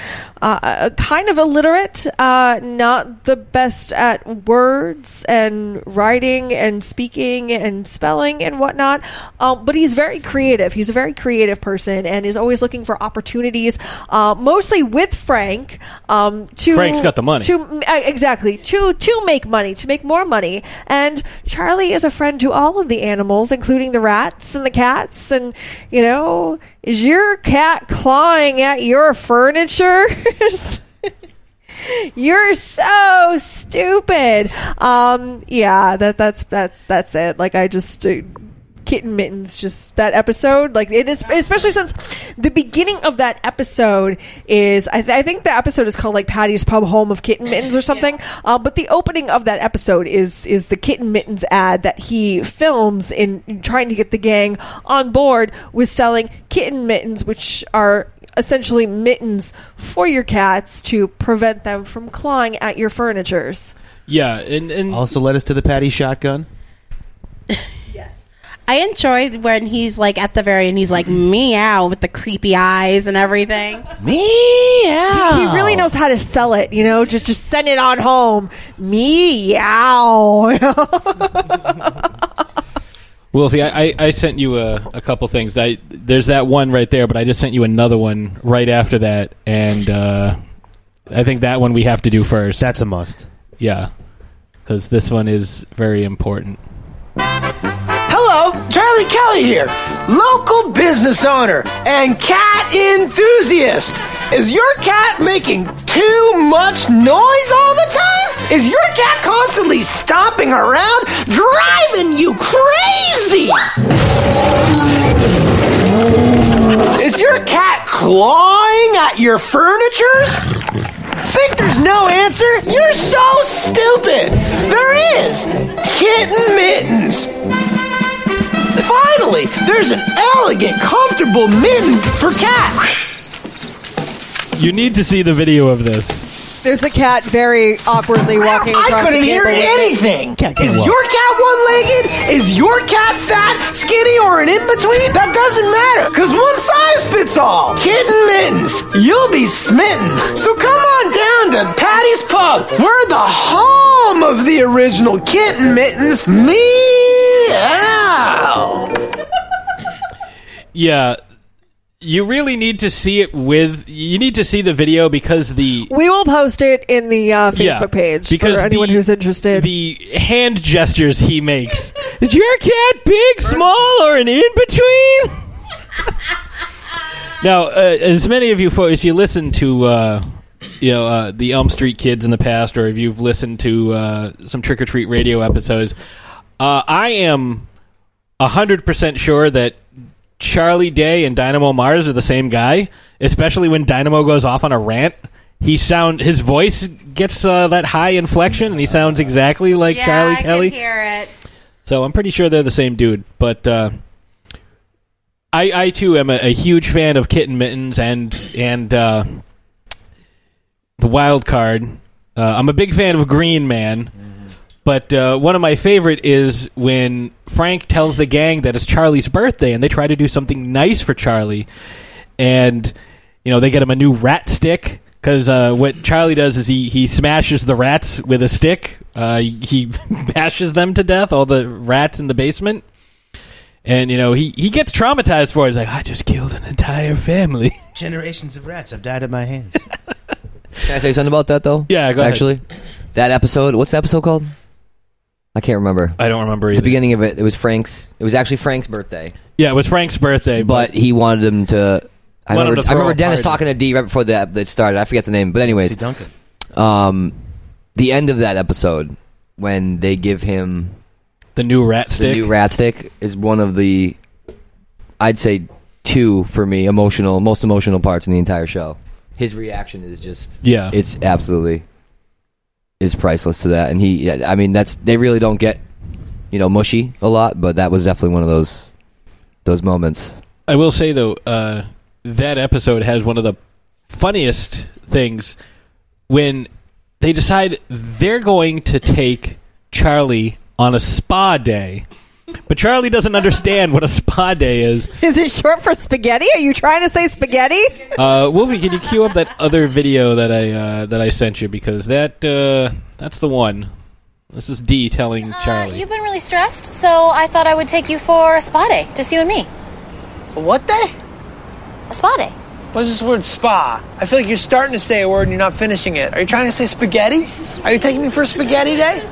Speaker 2: uh, kind of illiterate, uh, not the best at words and writing and speaking and spelling and whatnot. Um, but he's very creative. He's a very creative person and is always looking for opportunities, uh, mostly with Frank. Um, to
Speaker 1: Frank's got the money.
Speaker 2: to to- uh, exactly to to make money to make more money and charlie is a friend to all of the animals including the rats and the cats and you know is your cat clawing at your furniture You're so stupid. Um, yeah, that that's that's that's it. Like I just uh, kitten mittens. Just that episode. Like it is, especially since the beginning of that episode is. I, th- I think the episode is called like Patty's Pub Home of Kitten Mittens or something. Uh, but the opening of that episode is is the kitten mittens ad that he films in, in trying to get the gang on board with selling kitten mittens, which are essentially mittens for your cats to prevent them from clawing at your furnitures.
Speaker 1: yeah, and and
Speaker 5: Also led us to the patty shotgun.
Speaker 4: I enjoyed when he's like at the very end, he's like meow with the creepy eyes and everything.
Speaker 5: Meow.
Speaker 2: He really knows how to sell it, you know. Just just send it on home. Meow.
Speaker 1: Wolfie, I, I, I sent you a, a couple things. I there's that one right there, but I just sent you another one right after that, and uh, I think that one we have to do first.
Speaker 5: That's a must.
Speaker 1: yeah, because this one is very important.
Speaker 8: Charlie Kelly here, local business owner and cat enthusiast. Is your cat making too much noise all the time? Is your cat constantly stomping around, driving you crazy? Is your cat clawing at your furnitures? Think there's no answer? You're so stupid! There is! Kitten Mittens! Finally, there's an elegant, comfortable mitten for cats!
Speaker 1: You need to see the video of this.
Speaker 2: There's a cat very awkwardly walking across
Speaker 8: I
Speaker 2: the
Speaker 8: couldn't hear
Speaker 2: table.
Speaker 8: anything! Is your cat one legged? Is your cat fat, skinny, or an in between? That doesn't matter, because one size fits all! Kitten Mittens, you'll be smitten! So come on down to Patty's Pub! We're the home of the original Kitten Mittens! Meow!
Speaker 1: Yeah. You really need to see it with. You need to see the video because the.
Speaker 2: We will post it in the uh, Facebook
Speaker 1: yeah,
Speaker 2: page
Speaker 1: because
Speaker 2: for anyone
Speaker 1: the-
Speaker 2: who's interested.
Speaker 1: The hand gestures he makes. Is your cat big, small, or an in between? now, uh, as many of you, fo- if you listen to, uh, you know, uh, the Elm Street Kids in the past, or if you've listened to uh, some trick or treat radio episodes, uh, I am hundred percent sure that. Charlie Day and Dynamo Mars are the same guy, especially when Dynamo goes off on a rant. He sound his voice gets uh, that high inflection, and he sounds exactly like
Speaker 4: yeah,
Speaker 1: Charlie
Speaker 4: I
Speaker 1: Kelly.
Speaker 4: can hear it.
Speaker 1: So I'm pretty sure they're the same dude. But uh, I, I too am a, a huge fan of Kitten Mittens and and uh, the Wild Card. Uh, I'm a big fan of Green Man. But uh, one of my favorite is when Frank tells the gang that it's Charlie's birthday, and they try to do something nice for Charlie, and you know they get him a new rat stick because uh, what Charlie does is he he smashes the rats with a stick. Uh, he bashes them to death, all the rats in the basement, and you know he he gets traumatized for it. He's like, I just killed an entire family.
Speaker 5: Generations of rats have died at my hands.
Speaker 3: Can I say something about that though?
Speaker 1: Yeah, go ahead.
Speaker 3: Actually, that episode. What's the episode called? I can't remember.
Speaker 1: I don't remember
Speaker 3: It's
Speaker 1: either.
Speaker 3: the beginning of it. It was Frank's. It was actually Frank's birthday,
Speaker 1: yeah, it was Frank's birthday,
Speaker 3: but he wanted him to. I
Speaker 1: Wanted
Speaker 3: remember,
Speaker 1: to
Speaker 3: I
Speaker 1: throw
Speaker 3: remember
Speaker 1: a
Speaker 3: Dennis
Speaker 1: party.
Speaker 3: talking to D right before that that started. I forget the name, but anyways,
Speaker 5: Duncan.
Speaker 3: um, the end of that episode when they give him
Speaker 1: the new rat stick.
Speaker 3: the new rat stick is one of the, I'd say, two for me emotional, most emotional parts in the entire show. His reaction is just
Speaker 1: yeah,
Speaker 3: it's absolutely is priceless to that. And he, yeah, I mean, that's they really don't get you know mushy a lot, but that was definitely one of those those moments.
Speaker 1: I will say though, uh, that episode has one of the funniest things when they decide they're going to take Charlie on a spa day. But Charlie doesn't understand what a spa day is.
Speaker 2: Is it short for spaghetti? Are you trying to say spaghetti?
Speaker 1: Uh, Wolfie, can you cue up that other video that I uh, that I sent you because that uh, that's the one. This is D telling
Speaker 9: Uh,
Speaker 1: Charlie.
Speaker 9: you've been really stressed, so I thought I would take you for a spa day. Just you and me.
Speaker 8: What day?
Speaker 9: A spa day.
Speaker 8: What is this word spa? I feel like you're starting to say a word and you're not finishing it. Are you trying to say spaghetti? Are you taking me for spaghetti day?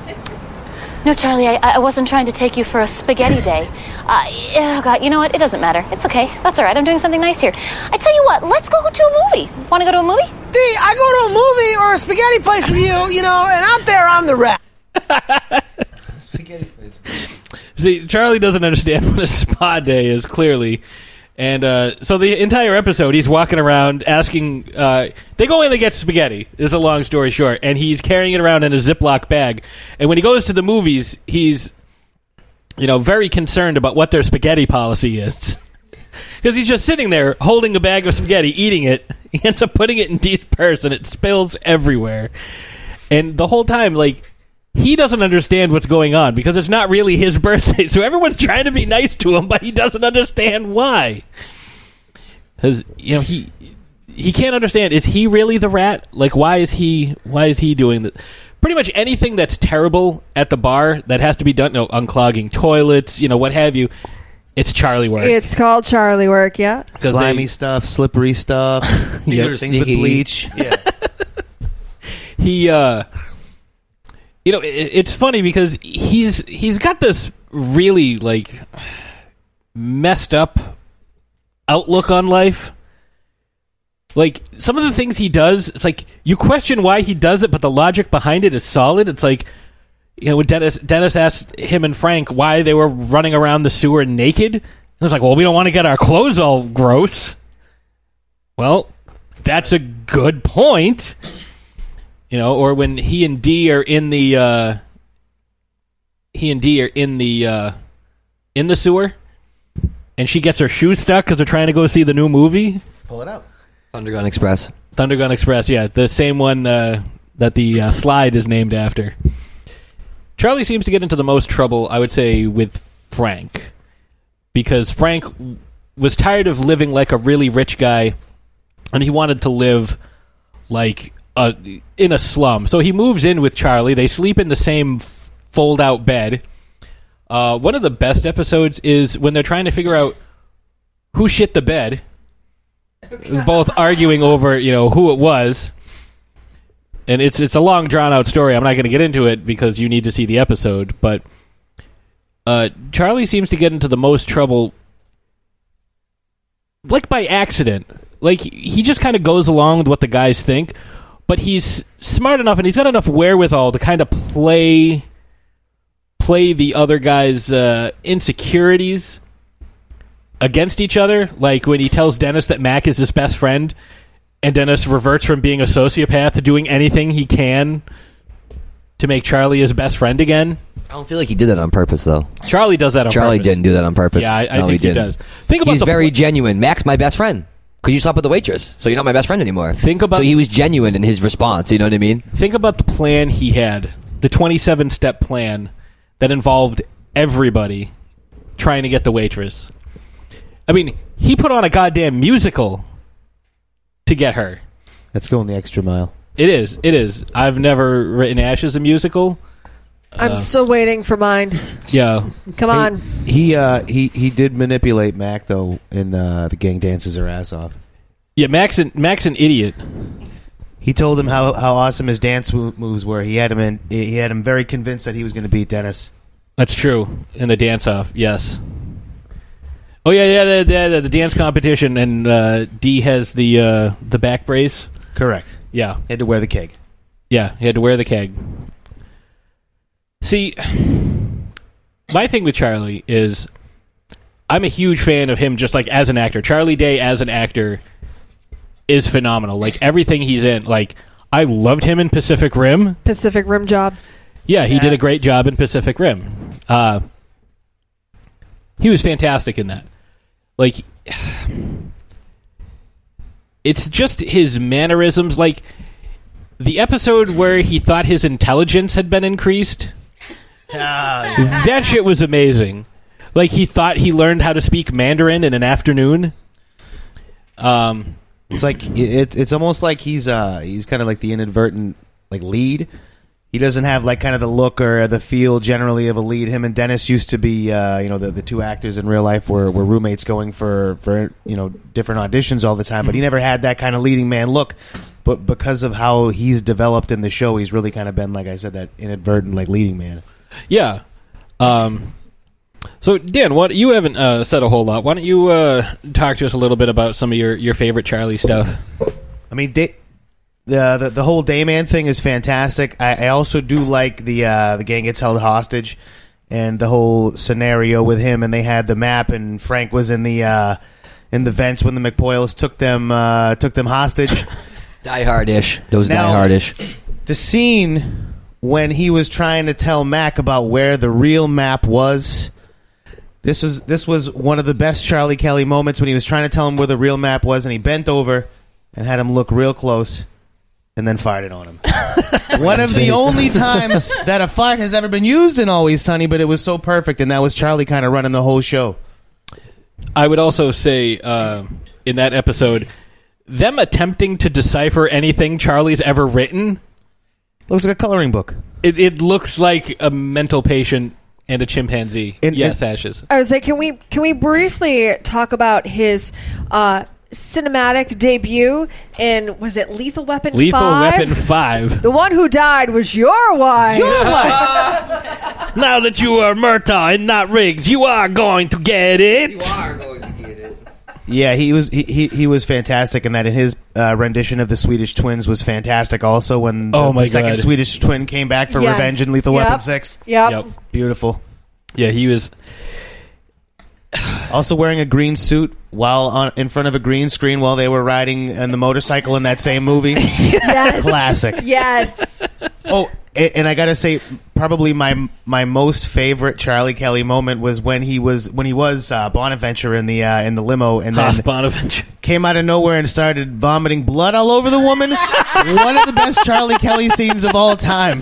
Speaker 9: No, Charlie, I, I wasn't trying to take you for a spaghetti day. Uh, oh, God, you know what? It doesn't matter. It's okay. That's all right. I'm doing something nice here. I tell you what, let's go to a movie. Want to go to a movie?
Speaker 8: D, I go to a movie or a spaghetti place with you, you know, and out there I'm the rat.
Speaker 1: See, Charlie doesn't understand what a spa day is clearly, and uh, so the entire episode he's walking around asking. Uh, they go in, they get spaghetti. This is a long story short, and he's carrying it around in a Ziploc bag. And when he goes to the movies, he's you know very concerned about what their spaghetti policy is. Because he's just sitting there holding a bag of spaghetti, eating it. He ends up putting it in Dee's purse, and it spills everywhere. And the whole time, like, he doesn't understand what's going on because it's not really his birthday. So everyone's trying to be nice to him, but he doesn't understand why. Because you know he he can't understand. Is he really the rat? Like, why is he why is he doing that? Pretty much anything that's terrible at the bar that has to be done, no, unclogging toilets, you know, what have you. It's Charlie work.
Speaker 2: It's called Charlie Work, yeah.
Speaker 1: 'Cause
Speaker 5: Slimy
Speaker 1: they-
Speaker 5: stuff, slippery stuff,
Speaker 3: Yeah.
Speaker 5: things with
Speaker 3: Sticky.
Speaker 5: bleach. Yeah.
Speaker 1: he uh you know it, it's funny because he's he's got this really like messed up outlook on life. Like some of the things he does, it's like you question why he does it, but the logic behind it is solid. It's like you know when Dennis Dennis asked him and Frank why they were running around the sewer naked. It was like, well, we don't want to get our clothes all gross. Well, that's a good point. You know, or when he and D are in the uh, he and D are in the uh, in the sewer, and she gets her shoes stuck because they're trying to go see the new movie,
Speaker 5: Pull it out.
Speaker 3: Underground Express.
Speaker 1: Thundergun Express. Yeah, the same one uh, that the uh, slide is named after. Charlie seems to get into the most trouble, I would say, with Frank, because Frank w- was tired of living like a really rich guy, and he wanted to live like a, in a slum. So he moves in with Charlie. They sleep in the same f- fold-out bed. Uh, one of the best episodes is when they're trying to figure out who shit the bed. Both arguing over you know who it was, and it's it's a long drawn out story. I'm not going to get into it because you need to see the episode. But uh, Charlie seems to get into the most trouble, like by accident. Like he just kind of goes along with what the guys think, but he's smart enough and he's got enough wherewithal to kind of play play the other guy's uh, insecurities against each other. Like when he tells Dennis that Mac is his best friend, and Dennis reverts from being a sociopath to doing anything he can to make Charlie his best friend again.
Speaker 3: I don't feel like he did that on purpose, though.
Speaker 1: Charlie does that on
Speaker 3: Charlie
Speaker 1: purpose.
Speaker 3: didn't do that on purpose.
Speaker 1: Yeah, I, I
Speaker 3: No,
Speaker 1: think he,
Speaker 3: didn't.
Speaker 1: does. Think about
Speaker 3: He's
Speaker 1: the
Speaker 3: very
Speaker 1: pl-
Speaker 3: genuine. Max, my best friend. Because you slept with the waitress, so you're not my best friend anymore.
Speaker 1: Think about-
Speaker 3: So he was genuine in his response. You know what I mean?
Speaker 1: think about the plan he had, the 27 step plan that involved everybody trying to get the waitress. I mean, he put on a goddamn musical to get her.
Speaker 5: Let's go in the extra mile.
Speaker 1: It is. It is. I've never written Ash as a musical. Uh.
Speaker 2: I'm still waiting for mine.
Speaker 1: Yeah.
Speaker 2: Come on.
Speaker 5: He uh, he he did manipulate Mac though, and uh, the gang dances her ass off.
Speaker 1: Yeah, Max an, Max an idiot.
Speaker 5: He told him how, how awesome his dance mo- moves were. He had him in. He had him very convinced that he was going to beat Dennis.
Speaker 1: That's true. In the dance off, yes. Oh yeah, yeah, the, the, the dance competition and uh, D has the uh, the back brace.
Speaker 5: Correct.
Speaker 1: Yeah,
Speaker 5: He had to wear the keg.
Speaker 1: yeah, he had to wear the keg. See, my thing with Charlie is, I'm a huge fan of him. Just like as an actor, Charlie Day as an actor is phenomenal. Like everything he's in, like I loved him in Pacific Rim.
Speaker 2: Pacific Rim job.
Speaker 1: Yeah, he did a great job in Pacific Rim. Uh, he was fantastic in that. Like, it's just his mannerisms. Like, the episode where he thought his intelligence had been increased, that shit was amazing. Like, he thought he learned how to speak Mandarin in an afternoon. Um,
Speaker 5: It's like it, it's almost like he's uh he's kind of like the inadvertent like lead. He doesn't have like kind of the look or the feel generally of a lead. Him and Dennis used to be uh, you know the, the two actors in real life were, were roommates going for for you know different auditions all the time, but he never had that kind of leading man look. But because of how he's developed in the show, he's really kind of been like I said that inadvertent like leading man.
Speaker 1: Yeah. Um, so Dan, what you haven't uh, said a whole lot. Why don't you uh, talk to us a little bit about some of your, your favorite Charlie stuff?
Speaker 5: I mean, day, the, the the whole Dayman thing is fantastic. I, I also do like the uh, the gang gets held hostage, and the whole scenario with him. And they had the map, and Frank was in the uh, in the vents when the McPoyles took them uh, took them hostage.
Speaker 3: Die hard ish. Those
Speaker 5: Now-
Speaker 3: die hard ish.
Speaker 5: the scene when he was trying to tell Mac about where the real map was. This was this was one of the best Charlie Kelly moments when he was trying to tell him where the real map was, and he bent over and had him look real close, and then fired it on him. one of the only times that a fart has ever been used in Always Sunny, but it was so perfect, and that was Charlie kind of running the whole show.
Speaker 1: I would also say uh, in that episode, them attempting to decipher anything Charlie's ever written,
Speaker 5: Looks like a coloring book.
Speaker 1: it, it looks like a mental patient and a chimpanzee.
Speaker 5: And-
Speaker 1: yes,
Speaker 5: and-
Speaker 1: Ashes.
Speaker 2: I was like, can we can we briefly talk about his uh, cinematic debut in was it Lethal Weapon?
Speaker 1: Lethal
Speaker 2: 5?
Speaker 1: Weapon 5.
Speaker 2: The one who died was your wife.
Speaker 1: Now that you are Murtaugh and not Riggs, you are going to get it.
Speaker 3: are going to get it.
Speaker 5: Yeah, he was he, he, he was fantastic in that. And his uh, rendition of the Swedish Twins was fantastic. Also, when the,
Speaker 1: Oh my
Speaker 5: the second
Speaker 1: God.
Speaker 5: Swedish Twin came back for
Speaker 2: Yes.
Speaker 5: revenge in Lethal
Speaker 2: Yep.
Speaker 5: Weapon Six,
Speaker 2: Yep.
Speaker 1: Yep.
Speaker 5: beautiful.
Speaker 1: Yeah, he was.
Speaker 5: Also wearing a green suit while on, in front of a green screen while they were riding on the motorcycle in that same movie.
Speaker 2: Yes.
Speaker 5: Classic.
Speaker 2: Yes.
Speaker 5: Oh, and, and I gotta say, probably my my most favorite Charlie Kelly moment was when he was when he was uh, Bonaventure in the uh, in the limo and then
Speaker 1: Haas Bonaventure.
Speaker 5: came out of nowhere and started vomiting blood all over the woman. One of the best Charlie Kelly scenes of all time.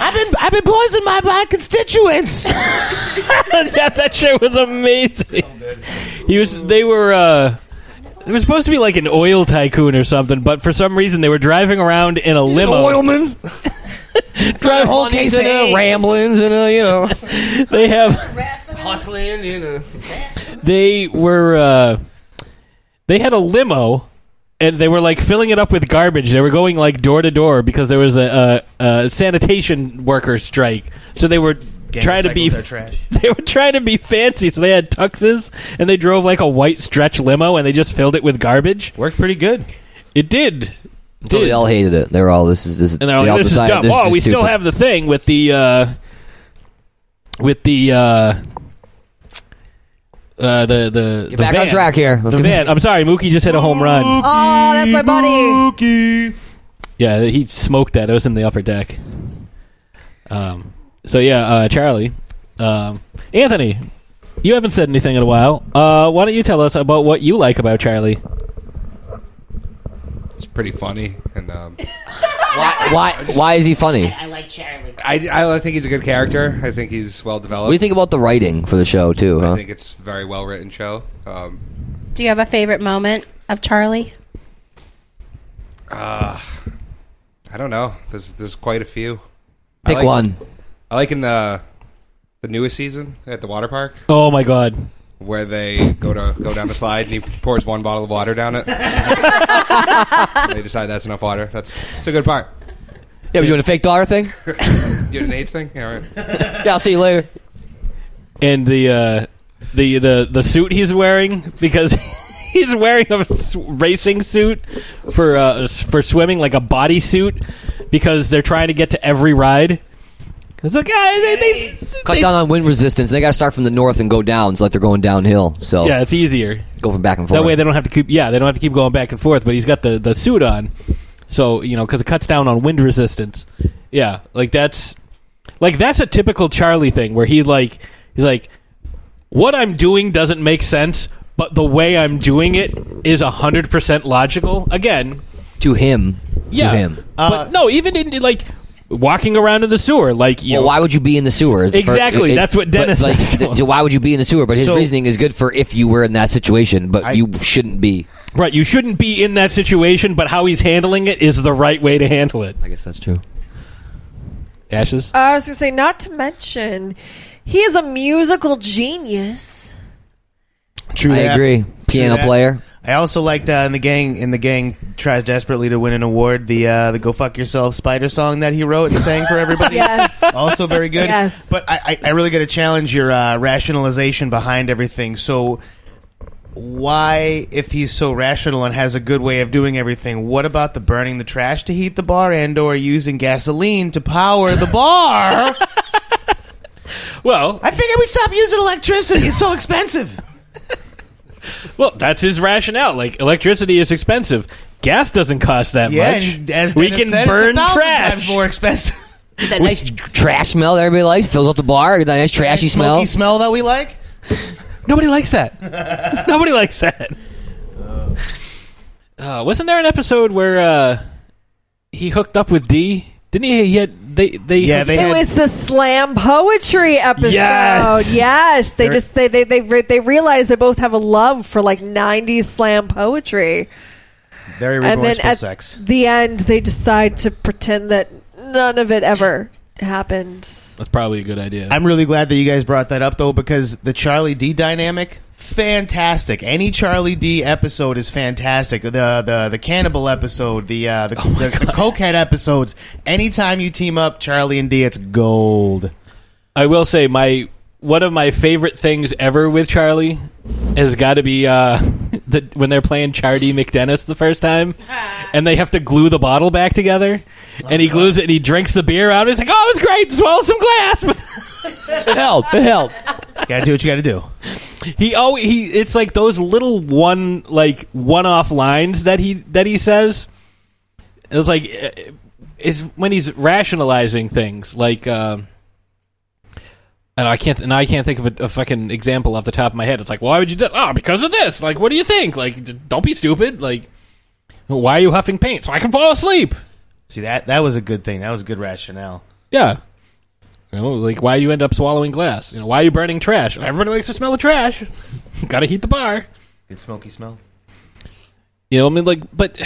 Speaker 5: I've been I've been poisoned by my constituents.
Speaker 1: yeah, that shit was amazing. He was. They were. uh It was supposed to be like an oil tycoon or something, but for some reason they were driving around in a limo.
Speaker 3: Oilman,
Speaker 1: Drive-
Speaker 3: whole case of uh, ramblings and uh, you know,
Speaker 1: They have.
Speaker 3: hustling, you know.
Speaker 1: They were. uh They had a limo. And they were like filling it up with garbage. They were going like door to door because there was a, a, a sanitation worker strike. So they were trying to be
Speaker 5: trash.
Speaker 1: they were trying to be fancy, so they had tuxes and they drove like a white stretch limo and they just filled it with garbage.
Speaker 5: Worked pretty good.
Speaker 1: It did.
Speaker 3: So they all hated it. They were all this is this.
Speaker 1: And they're
Speaker 3: they
Speaker 1: like,
Speaker 3: all
Speaker 1: "This
Speaker 3: decided,
Speaker 1: is dumb."
Speaker 3: This
Speaker 1: oh,
Speaker 3: is
Speaker 1: we still
Speaker 3: stupid.
Speaker 1: have the thing with the uh, with the uh, uh, the the, the
Speaker 3: back on
Speaker 1: van.
Speaker 3: track here. Let's
Speaker 1: the
Speaker 3: get-
Speaker 1: van. I'm sorry, Mookie just hit a home run.
Speaker 2: Oh, that's my buddy.
Speaker 1: Yeah, he smoked that. It was in the upper deck. Um. So yeah, uh, Charlie, um, Anthony, you haven't said anything in a while. Uh, why don't you tell us about what you like about Charlie?
Speaker 10: It's pretty funny, and um,
Speaker 3: Why? Why is he funny?
Speaker 4: I like Charlie.
Speaker 10: I, I think he's a good character. I think he's well
Speaker 3: What
Speaker 10: developed.
Speaker 3: do you think about the writing for the show too?
Speaker 10: I
Speaker 3: Huh?
Speaker 10: think it's a very well written show. Um,
Speaker 4: Do you have a favorite moment of Charlie?
Speaker 10: uh, I don't know. There's there's quite a few. I
Speaker 3: Pick
Speaker 10: like-
Speaker 3: one.
Speaker 10: I like in the the newest season at the water park
Speaker 1: Oh my God.
Speaker 10: where they go to go down the slide and he pours one bottle of water down it. and they decide that's enough water. That's it's a good part.
Speaker 3: Yeah, we doing a fake daughter thing.
Speaker 10: You an AIDS thing? Yeah, right.
Speaker 3: Yeah, I'll see you later.
Speaker 1: and the uh, the the the suit he's wearing because he's wearing a s- racing suit for uh, s- for swimming like a body suit because they're trying to get to every ride. Because the guy they, they,
Speaker 3: Cut
Speaker 1: they-
Speaker 3: down on wind resistance. They got to start from the north and go down. It's like they're going downhill. So
Speaker 1: yeah, it's easier
Speaker 3: go from back and forth.
Speaker 1: that way. They don't have to keep yeah they don't have to keep going back and forth. But he's got the the suit on, so you know because it cuts down on wind resistance. Yeah, like that's like that's a typical Charlie thing where he like he's like what I'm doing doesn't make sense, but the way I'm doing it is hundred percent logical. Again,
Speaker 3: to him.
Speaker 1: yeah, Uh,
Speaker 3: To him.
Speaker 1: but no, even in like walking around in the sewer, like you
Speaker 3: Well,
Speaker 1: know,
Speaker 3: why would you be in the sewer? is the fir-
Speaker 1: Exactly, that's what Dennis
Speaker 3: but, like,
Speaker 1: says.
Speaker 3: th- so why would you be in the sewer? But his
Speaker 5: So-
Speaker 3: reasoning is good for if you were in that situation, but
Speaker 5: I-
Speaker 3: you shouldn't be.
Speaker 1: right? You shouldn't be in that situation, but how he's handling it is the right way to handle it.
Speaker 3: I guess that's true.
Speaker 1: Ashes.
Speaker 2: I was gonna say, not to mention, he is a musical genius.
Speaker 5: True.
Speaker 3: I
Speaker 5: that.
Speaker 3: agree.
Speaker 5: True
Speaker 3: Piano
Speaker 5: that.
Speaker 3: player.
Speaker 5: I also liked uh, in the gang. In the gang tries desperately to win an award. The uh, the "Go Fuck Yourself" spider song that he wrote and sang for everybody.
Speaker 2: Yes.
Speaker 5: also very good.
Speaker 2: Yes.
Speaker 5: But I, I, I really got to challenge your uh, rationalization behind everything. So, why, if he's so rational and has a good way of doing everything, what about the burning the trash to heat the bar and/or using gasoline to power the bar?
Speaker 1: Well,
Speaker 5: I figured we'd stop using electricity. It's so expensive.
Speaker 1: well, that's his rationale. Like electricity is expensive. Gas doesn't cost that
Speaker 5: Yeah,
Speaker 1: much.
Speaker 5: and as
Speaker 1: we
Speaker 5: Dennis
Speaker 1: can
Speaker 5: said,
Speaker 1: burn
Speaker 5: it's a thousand
Speaker 1: trash.
Speaker 5: times more expensive.
Speaker 3: That nice trash smell that everybody likes fills up the bar. That nice trashy smell.
Speaker 5: Smoky smell that we like.
Speaker 1: Nobody likes that. Nobody likes that. Uh, wasn't there an episode where uh, he hooked up with D? Didn't he? He had they they
Speaker 5: Yeah, they
Speaker 2: It
Speaker 5: had
Speaker 2: was the slam poetry episode.
Speaker 1: Yes.
Speaker 2: Yes, they
Speaker 5: There-
Speaker 2: just they they they re- they realize they both have a love for like '90s slam poetry,
Speaker 5: very
Speaker 2: and then
Speaker 5: remorseful
Speaker 2: at
Speaker 5: sex.
Speaker 2: the end they decide to pretend that none of it ever happened.
Speaker 1: That's probably a good idea.
Speaker 5: I'm really glad that you guys brought that up though because the Charlie D dynamic fantastic. Any Charlie D episode is fantastic. The the the cannibal episode, the uh, the,
Speaker 3: Oh
Speaker 5: the, the cokehead episodes. Anytime you team up Charlie and D, it's gold.
Speaker 1: I will say my one of my favorite things ever with Charlie has got to be uh, the, when they're playing Charlie McDennis the first time, and they have to glue the bottle back together, and he glues it and he drinks the beer out. He's like, "Oh, it's great! Swallow some glass."
Speaker 3: It helped. It helped.
Speaker 5: Gotta do what you gotta do.
Speaker 1: he oh he it's like those little one like one off lines that he that he says. It's like uh, it's when he's rationalizing things like. Uh, and I can't. And I can't think of a, a fucking example off the top of my head. It's like, why would you do? Ah, because of this. Like, what do you think? Like, d- don't be stupid. Like, why are you huffing paint? So I can fall asleep.
Speaker 5: See that that was a good thing. That was a good rationale.
Speaker 1: Yeah. You know, like why you end up swallowing glass? You know, why are you burning trash? Everybody likes to smell of trash. Got to heat the bar.
Speaker 5: Good smoky smell.
Speaker 1: You know, I mean, like, but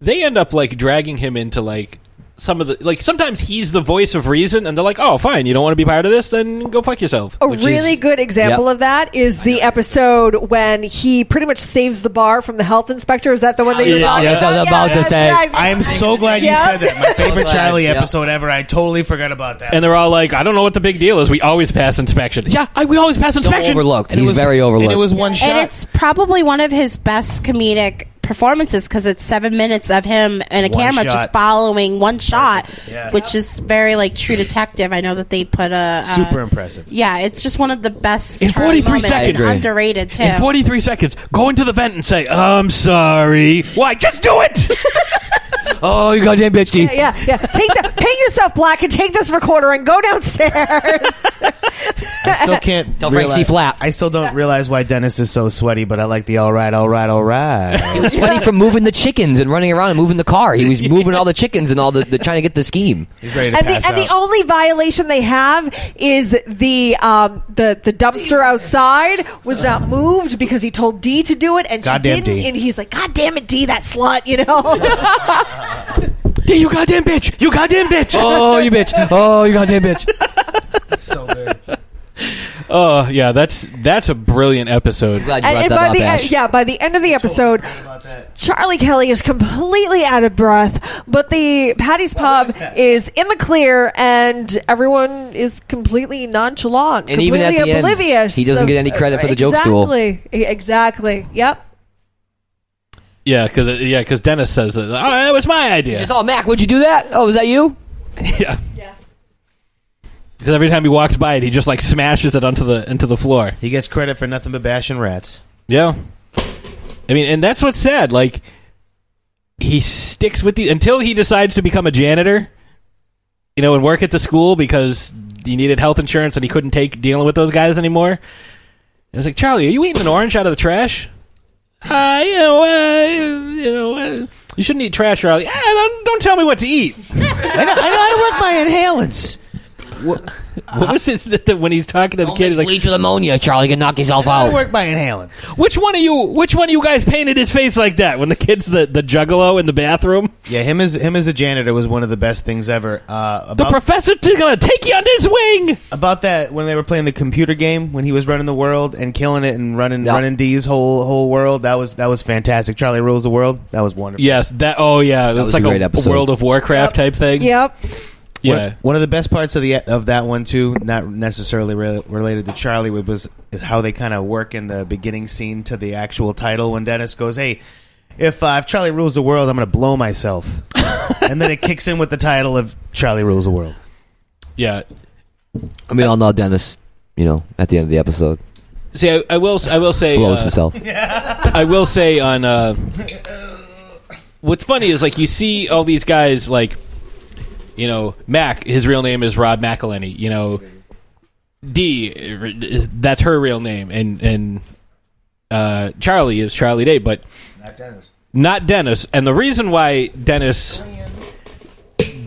Speaker 1: they end up like dragging him into like some of the like. Sometimes he's the voice of reason, and they're like, "Oh, fine, you don't want to be part of this, then go fuck yourself."
Speaker 2: A
Speaker 3: Which
Speaker 2: really
Speaker 3: is-
Speaker 2: good example
Speaker 3: Yep.
Speaker 2: of that is the episode when he pretty much saves the bar from the health inspector. Is that the one that you're
Speaker 1: Yeah,
Speaker 2: talking
Speaker 1: yes,
Speaker 3: I was about to
Speaker 2: yes,
Speaker 3: say.
Speaker 2: yes.
Speaker 5: I am so glad you
Speaker 2: Yeah.
Speaker 5: said that. My favorite
Speaker 3: glad,
Speaker 5: Charlie
Speaker 3: yeah.
Speaker 5: episode ever. I totally forgot about that.
Speaker 1: And they're all like, "I don't know what the big deal is. We always pass inspection. Yeah, I, we always pass
Speaker 3: So
Speaker 1: inspection."
Speaker 3: overlooked.
Speaker 5: And it
Speaker 3: He's
Speaker 5: was-
Speaker 3: very overlooked.
Speaker 5: And it was one shot.
Speaker 4: And it's probably one of his best comedic performances because it's seven minutes of him and a
Speaker 5: One
Speaker 4: camera
Speaker 5: shot.
Speaker 4: just following one shot,
Speaker 5: Yeah.
Speaker 4: which is very like True Detective. I know that they put a, a
Speaker 5: super impressive.
Speaker 4: Yeah, it's just one of the best
Speaker 1: In
Speaker 4: Charlie
Speaker 1: 43
Speaker 4: moments and
Speaker 1: seconds. I agree.
Speaker 4: underrated too.
Speaker 1: In 43 seconds, go into the vent and say, "I'm sorry." Why? Just do it.
Speaker 3: oh, you goddamn bitch, D.
Speaker 2: Yeah, yeah, yeah. Take the, paint yourself black and take this recorder and go downstairs.
Speaker 5: I still can't.
Speaker 3: Tell Frank C.
Speaker 5: realize-
Speaker 3: Flat.
Speaker 5: I still don't realize why Dennis is so sweaty, but I like the all right, all right, all right.
Speaker 3: He was sweaty from moving the chickens and running around and moving the car. He was moving all the chickens and all the, the trying to get the scheme.
Speaker 5: He's ready to
Speaker 2: and the
Speaker 5: pass
Speaker 2: and the
Speaker 5: out.
Speaker 2: only violation they have is the um the the dumpster outside was not moved because he told D to do it and
Speaker 5: Goddamn
Speaker 2: she didn't
Speaker 5: D.
Speaker 2: and he's like God damn it D that slut you know
Speaker 1: Yeah, you goddamn bitch. You goddamn bitch.
Speaker 3: Oh, you bitch. Oh, you goddamn bitch.
Speaker 5: so good.
Speaker 1: Oh yeah, that's that's a brilliant episode.
Speaker 3: Glad you
Speaker 2: and,
Speaker 3: brought
Speaker 2: and
Speaker 3: that
Speaker 2: by
Speaker 3: up,
Speaker 2: the end,
Speaker 3: Ash.
Speaker 2: yeah by the end of the episode Charlie Kelly is completely out of breath but the Patty's pub is in the clear and everyone is completely nonchalant
Speaker 3: And even
Speaker 2: completely
Speaker 3: at the end,
Speaker 2: oblivious
Speaker 3: he doesn't get any credit for the joke stool.
Speaker 2: exactly exactly yep
Speaker 1: Yeah, because yeah, because Dennis says, it. "Oh, that was my idea."
Speaker 3: Just, oh, Mac, would you do that? Oh, was that you?
Speaker 1: yeah, yeah. Because every time he walks by it, he just like smashes it onto the into the floor.
Speaker 5: He gets credit for nothing but bashing rats.
Speaker 1: Yeah. I mean, and that's what's sad. Like, he sticks with the until he decides to become a janitor, you know, and work at the school because he needed health insurance and he couldn't take dealing with those guys anymore. It's like, Charlie, are you eating an orange out of the trash? Uh, you know, uh, you know, uh, you shouldn't eat trash, Charlie. Ah, don't, don't tell me what to eat.
Speaker 5: I know, I know how to work my inhalants.
Speaker 1: What was this that, that when he's talking to the
Speaker 3: Don't
Speaker 1: kid?
Speaker 3: mix
Speaker 1: He's like,
Speaker 3: bleach with ammonia, Charlie. You can knock yourself
Speaker 5: I know how to
Speaker 3: out.
Speaker 5: work my inhalants.
Speaker 1: which one of you? Which one of you guys painted his face like that? When the kid's the the juggalo in the bathroom.
Speaker 5: Yeah, him as him as a janitor was one of the best things ever. Uh,
Speaker 1: The
Speaker 5: about,
Speaker 1: professor's gonna take you under his wing.
Speaker 5: about that when they were playing the computer game when he was running the world and killing it and running
Speaker 3: Yeah.
Speaker 5: running D's whole whole world. That was that was fantastic. Charlie rules the world. That was wonderful.
Speaker 1: Yes, that. Oh yeah,
Speaker 3: was
Speaker 1: it's
Speaker 3: a
Speaker 1: like
Speaker 3: great
Speaker 1: a,
Speaker 3: episode.
Speaker 1: World of Warcraft type thing.
Speaker 2: yep
Speaker 1: yeah.
Speaker 5: One, one of the best parts of the of that one too, not necessarily re- related to Charlie, was is how they kind of work in the beginning scene to the actual title when Dennis goes, "Hey, if uh, if Charlie rules the world, I'm going to blow myself," and then it kicks in with the title of Charlie rules the world.
Speaker 1: yeah.
Speaker 3: I mean, I'll know Dennis, you know, at the end of the episode.
Speaker 1: See, I, I will. I will say.
Speaker 3: Blows
Speaker 1: uh,
Speaker 3: himself.
Speaker 1: I will say on. Uh, what's funny is like you see all these guys like, you know, Mac. His real name is Rob McElhenney. You know, D. That's her real name, and and uh, Charlie is Charlie Day, but not Dennis. Not Dennis. And the reason why Dennis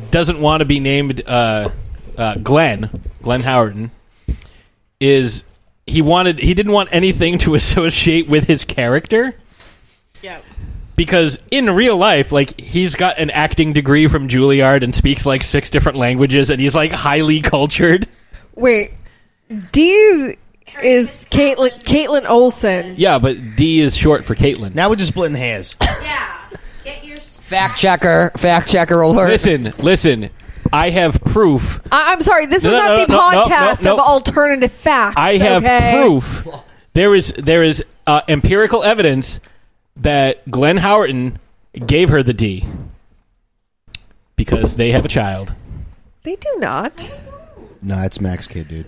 Speaker 1: doesn't want to be named uh, uh, Glenn Glenn Howerton is he wanted he didn't want anything to associate with his character
Speaker 4: Yeah.
Speaker 1: because in real life like he's got an acting degree from Juilliard and speaks like six different languages and he's like highly cultured
Speaker 2: Wait, do you? is Caitlin Caitlin Olsen.
Speaker 1: Yeah, but D is short for Caitlin.
Speaker 5: Now we're just splitting hairs.
Speaker 4: Yeah. Get your
Speaker 3: Fact checker, fact checker alert.
Speaker 1: listen, listen. I have proof.
Speaker 2: I- I'm sorry, this
Speaker 1: No,
Speaker 2: is
Speaker 1: no,
Speaker 2: not
Speaker 1: no,
Speaker 2: the
Speaker 1: no, no,
Speaker 2: podcast
Speaker 1: no, no.
Speaker 2: of alternative facts.
Speaker 1: I have
Speaker 2: okay?
Speaker 1: proof. There is there is uh, empirical evidence that Glenn Howerton gave her the D because they have a child.
Speaker 2: They do not.
Speaker 5: No, it's Max Kid, dude.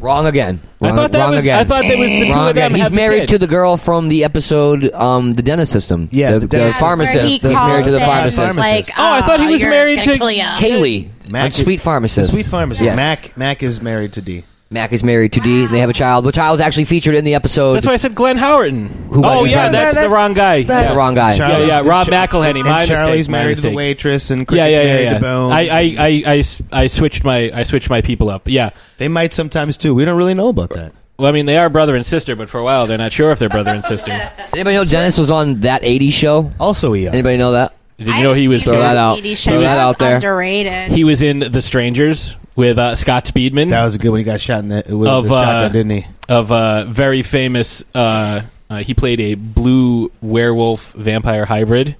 Speaker 3: Wrong again.
Speaker 1: I
Speaker 3: Wrong,
Speaker 1: thought that
Speaker 3: wrong
Speaker 1: was
Speaker 3: again.
Speaker 1: I thought that was the two
Speaker 3: wrong
Speaker 1: of them.
Speaker 3: again. He's
Speaker 1: have the
Speaker 3: married
Speaker 1: kid.
Speaker 3: to the girl from the episode, um, the dentist system.
Speaker 5: Yeah,
Speaker 3: the,
Speaker 5: the dentist system.
Speaker 3: pharmacist.
Speaker 4: He
Speaker 3: He's married to the
Speaker 4: calls in,
Speaker 3: pharmacist.
Speaker 4: Like,
Speaker 1: Oh, I thought he
Speaker 4: "Uh,
Speaker 1: was
Speaker 4: you're
Speaker 1: married
Speaker 4: gonna
Speaker 1: to-
Speaker 4: kill ya."
Speaker 3: Kaylee,
Speaker 5: Mac
Speaker 3: on
Speaker 5: is-
Speaker 3: Sweet Pharmacist.
Speaker 5: Sweet pharmacist.
Speaker 3: Yeah.
Speaker 5: Mac Mac is married to D.
Speaker 3: Mac is married to D. They have a child. The child is actually featured in the episode.
Speaker 1: That's why I said Glenn Howerton.
Speaker 3: Who
Speaker 1: oh
Speaker 3: was
Speaker 1: yeah,
Speaker 3: the-
Speaker 1: that's the wrong guy.
Speaker 2: that's-
Speaker 1: Yeah.
Speaker 3: the wrong guy.
Speaker 1: Yeah, yeah,
Speaker 5: and
Speaker 1: Rob
Speaker 5: Cha-
Speaker 1: McElhenney.
Speaker 5: And
Speaker 1: My mistake,
Speaker 5: Charlie's
Speaker 1: my
Speaker 5: married to
Speaker 1: mistake.
Speaker 5: the waitress, and
Speaker 1: Yeah,
Speaker 5: Cricket's
Speaker 1: yeah, yeah,
Speaker 5: married
Speaker 1: yeah.
Speaker 5: to Bones.
Speaker 1: I, I, I, I s- I switched my I switched my people up. Yeah,
Speaker 5: they might sometimes too. We don't really know about that.
Speaker 1: well, I mean they are brother and sister, but for a while they're not sure if they're brother and sister.
Speaker 3: Anybody know Dennis was on that 80s show?
Speaker 5: Also, ER.
Speaker 3: Anybody know that?
Speaker 1: Did you know he was
Speaker 4: Throw
Speaker 3: Throw
Speaker 4: that
Speaker 3: that
Speaker 4: out.
Speaker 3: out. Throw that out there.
Speaker 4: Underrated.
Speaker 1: he was in The Strangers with uh, Scott Speedman
Speaker 5: That was a good one. He got shot in the with
Speaker 1: Of,
Speaker 5: the shotgun,
Speaker 1: uh,
Speaker 5: didn't he?
Speaker 1: of uh, very famous. Uh, uh, he played a blue werewolf vampire hybrid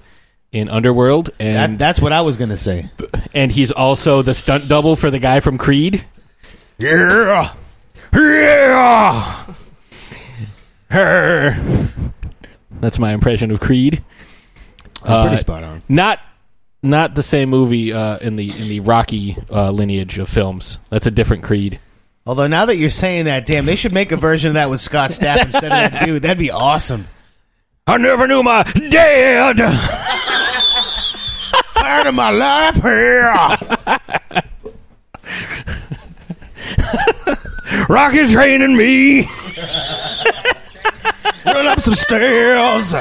Speaker 1: in Underworld,
Speaker 5: That,
Speaker 1: and
Speaker 5: that's what I was gonna say.
Speaker 1: and he's also the stunt double for the guy from Creed.
Speaker 5: Yeah.
Speaker 1: Yeah. Her. That's my impression of Creed.
Speaker 5: That's
Speaker 1: Uh,
Speaker 5: pretty spot on.
Speaker 1: Not not the same movie uh, in the in the Rocky uh, lineage of films. That's a different Creed.
Speaker 5: Although now that you're saying that, damn, they should make a version of that with Scott Stapp instead of that dude. That'd be awesome.
Speaker 1: I never knew my dad.
Speaker 5: Part of my life here.
Speaker 1: Rocky's training me.
Speaker 5: Run up some stairs.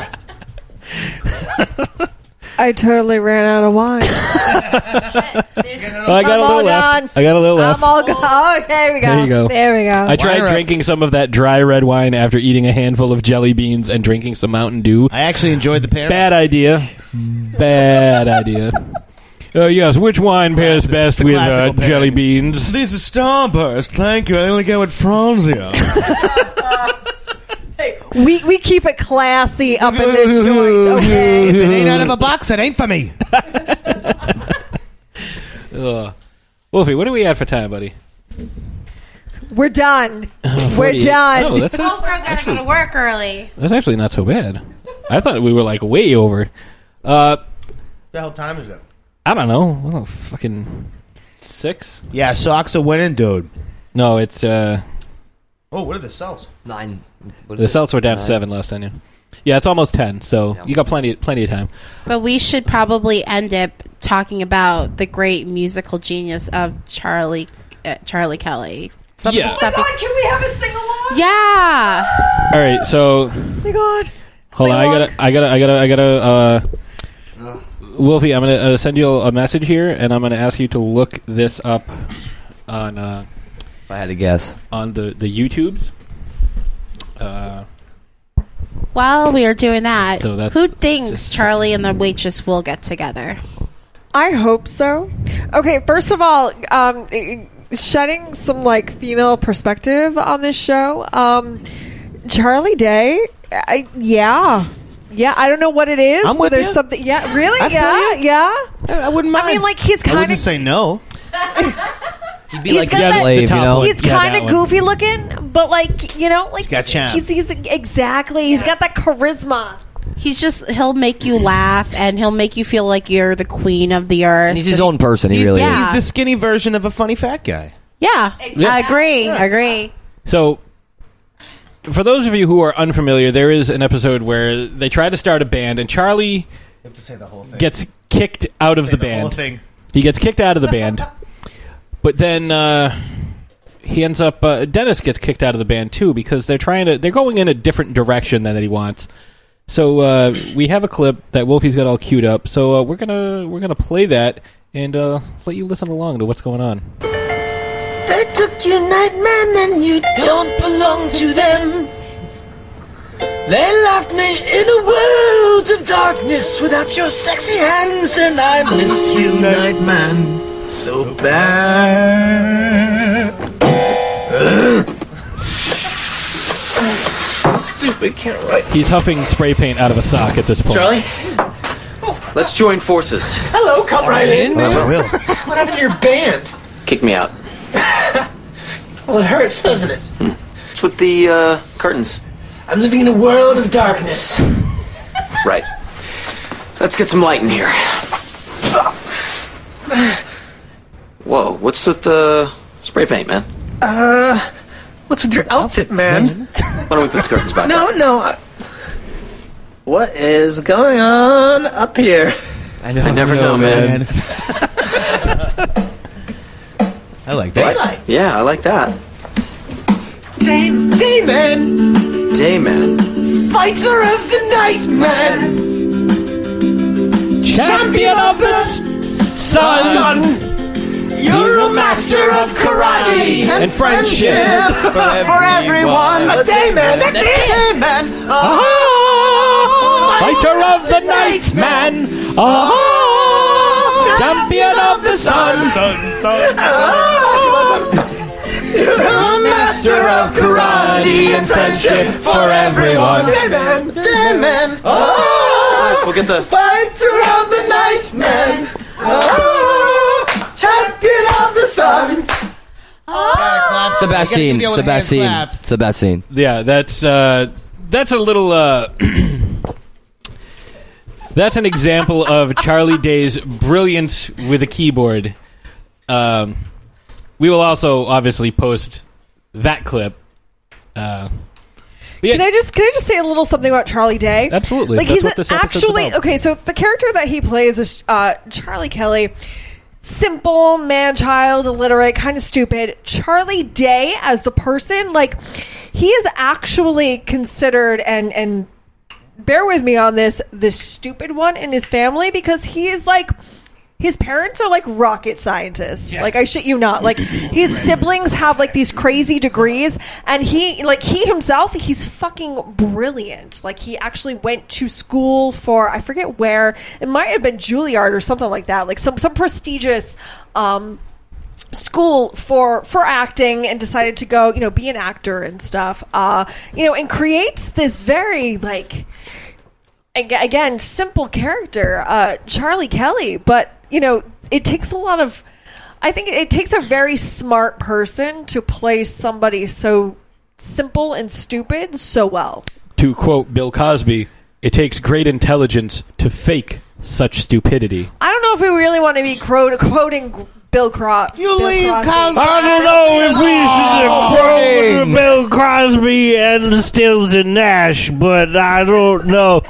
Speaker 2: I totally ran out of wine.
Speaker 1: I got
Speaker 2: I'm
Speaker 1: a
Speaker 2: all
Speaker 1: little left.
Speaker 2: gone.
Speaker 1: I got a little
Speaker 2: I'm
Speaker 1: left.
Speaker 2: all gone. Okay, we go.
Speaker 1: There you go.
Speaker 2: There we go.
Speaker 1: I tried
Speaker 5: Wire up.
Speaker 1: drinking some of that dry red wine after eating a handful of jelly beans and drinking some Mountain Dew.
Speaker 5: I actually enjoyed the pair.
Speaker 1: Bad idea. Bad idea. Oh yes, which wine pairs
Speaker 5: Classic.
Speaker 1: best
Speaker 5: It's a
Speaker 1: with uh,
Speaker 5: classical pairing.
Speaker 1: jelly beans?
Speaker 5: These are Starburst. Thank you. I only go with Franzia.
Speaker 2: We we keep it classy up in this joint. Okay.
Speaker 5: it ain't out of a box, it ain't for me.
Speaker 1: Ugh. Wolfie, what do we have for time, buddy?
Speaker 2: We're done.
Speaker 5: Oh,
Speaker 2: We're
Speaker 1: 48.
Speaker 2: done.
Speaker 1: Oh, that's,
Speaker 4: Oh,
Speaker 1: not,
Speaker 4: girl, gotta go to work early.
Speaker 1: that's actually not so bad. I thought we were like way over. Uh,
Speaker 5: the hell time is it?
Speaker 1: I don't know. Well, fucking six?
Speaker 5: Yeah, socks are winning, dude.
Speaker 1: No, it's uh,
Speaker 5: Oh, what are the cells?
Speaker 3: Nine. What
Speaker 1: the
Speaker 3: is it?
Speaker 1: Celts were down to seven last time. Yeah, yeah, it's almost ten, so
Speaker 3: Yeah.
Speaker 1: you got plenty plenty of time.
Speaker 4: But we should probably end up talking about the great musical genius of Charlie uh, Charlie Kelly. Some
Speaker 1: Yeah.
Speaker 4: of
Speaker 1: Oh
Speaker 4: the
Speaker 1: my
Speaker 4: stuff.
Speaker 2: God, can we have a sing along?
Speaker 4: yeah.
Speaker 1: All right, so
Speaker 2: Oh my God.
Speaker 1: Hold on, I
Speaker 2: Sing-along.
Speaker 1: gotta, I gotta, I gotta, I gotta. Uh, Wolfie, I'm gonna uh, send you a message here, and I'm gonna ask you to look this up on uh,
Speaker 3: If I had to guess.
Speaker 1: on the the YouTubes. Uh,
Speaker 4: While we are doing that,
Speaker 1: So that's
Speaker 4: who thinks
Speaker 1: just-
Speaker 4: Charlie and the waitress will get together?
Speaker 2: I hope so. Okay, first of all, um, shedding some like female perspective on this show. Um, Charlie Day, I, yeah, yeah. I don't know what it is.
Speaker 5: I'm
Speaker 2: but
Speaker 5: with
Speaker 2: there's
Speaker 5: you.
Speaker 2: something. Yeah, really.
Speaker 5: I feel
Speaker 2: yeah,
Speaker 5: you.
Speaker 2: yeah.
Speaker 5: I wouldn't
Speaker 2: I mean, like he's
Speaker 5: I
Speaker 2: kind
Speaker 5: wouldn't
Speaker 2: of
Speaker 5: say no.
Speaker 3: He'd be
Speaker 2: He's
Speaker 3: like
Speaker 2: got
Speaker 3: a
Speaker 2: that-
Speaker 3: slave,
Speaker 1: the
Speaker 3: you
Speaker 1: top
Speaker 3: know?
Speaker 1: one.
Speaker 2: He's
Speaker 1: Yeah,
Speaker 2: kind
Speaker 1: that
Speaker 2: of
Speaker 1: one.
Speaker 2: goofy looking, but like you know, like he's
Speaker 5: got charm.
Speaker 2: He's, he's exactly. He's got that charisma.
Speaker 4: He's just he'll make you laugh and he'll make you feel like you're the queen of the earth.
Speaker 3: And he's his own person. He really
Speaker 4: yeah.
Speaker 3: is.
Speaker 5: He's the skinny version of a funny fat guy.
Speaker 4: yeah, I agree. I agree.
Speaker 1: so, for those of you who are unfamiliar, there is an episode where they try to start a band, and Charlie
Speaker 5: You have to say the whole thing.
Speaker 1: gets kicked out of the band. He gets kicked out of the band, but then uh, he ends up. Uh, Dennis gets kicked out of the band too because they're trying to. They're going in a different direction than that he wants. So uh, we have a clip that Wolfie's got all queued up. So uh, we're gonna we're gonna play that and uh, let you listen along to what's going on.
Speaker 8: They took you nightmen and you don't belong to them. They left me in a world of darkness without your sexy hands, and I miss you, nightman, so bad. Ugh. Stupid can't write.
Speaker 1: He's huffing spray paint out of a sock at this point.
Speaker 11: Charlie? Let's join forces.
Speaker 8: Hello, come right in, man. What happened to your band?
Speaker 11: Kick me out.
Speaker 8: Well, it hurts, doesn't it?
Speaker 11: Hmm. It's with the uh, curtains.
Speaker 8: I'm living in a world of darkness.
Speaker 11: Right. Let's get some light in here. Whoa, what's with the spray paint, man?
Speaker 8: What's with your outfit, man?
Speaker 11: Why don't we put the curtains back
Speaker 8: No,
Speaker 11: up?
Speaker 8: no. I... What is going on up here?
Speaker 3: I, know,
Speaker 11: I never know, man.
Speaker 5: I like that.
Speaker 8: Daylight.
Speaker 11: Yeah, I like that.
Speaker 8: Day, day, man.
Speaker 11: Day, man.
Speaker 8: Fighter of the night, man. Champion of the s- sun. You're a master of karate
Speaker 1: And friendship.
Speaker 8: for everyone. A day, man. That's, it. Day, man. Oh,
Speaker 1: Fighter of the night, man. Oh, champion of the sun.
Speaker 8: You're a master of karate and friendship for everyone. Demon,
Speaker 11: Nice,
Speaker 8: demon, oh,
Speaker 11: we'll get the.
Speaker 8: fighter of the night, man. Oh, champion of the sun.
Speaker 3: It's the best scene. It's the best scene. It's the best scene.
Speaker 1: Yeah, that's uh, that's a little. Uh, that's an example of Charlie Day's brilliance with a keyboard. Um, we will also obviously post that clip. Uh, but yeah,
Speaker 2: Can I just can I just say a little something about Charlie Day?
Speaker 1: Absolutely.
Speaker 2: Like
Speaker 1: That's
Speaker 2: he's
Speaker 1: what this
Speaker 2: an
Speaker 1: episode's
Speaker 2: actually
Speaker 1: about.
Speaker 2: okay. So the character that he plays is uh, Charlie Kelly, simple man child, illiterate, kind of stupid. Charlie Day as the person, like he is actually considered and and bear with me on this the stupid one in his family because he is like his parents are like rocket scientists. Like I shit you not. Like his siblings have like these crazy degrees and he like he himself he's fucking brilliant. Like he actually went to school for I forget where. It might have been Juilliard or something like that. Like some some prestigious um school for for acting and decided to go you know be an actor and stuff uh you know and creates this very like ag- again simple character uh charlie kelly but you know it takes a lot of i think it takes a very smart person to play somebody so simple and stupid so well
Speaker 1: to quote Bill Cosby, "It takes great intelligence to fake such stupidity."
Speaker 2: i don't know if we really want to be quote, quoting G- bill, Cro- you bill leave Cosby.
Speaker 1: I don't know if we should have quoted Bill Crosby and Stills and Nash, but I don't know.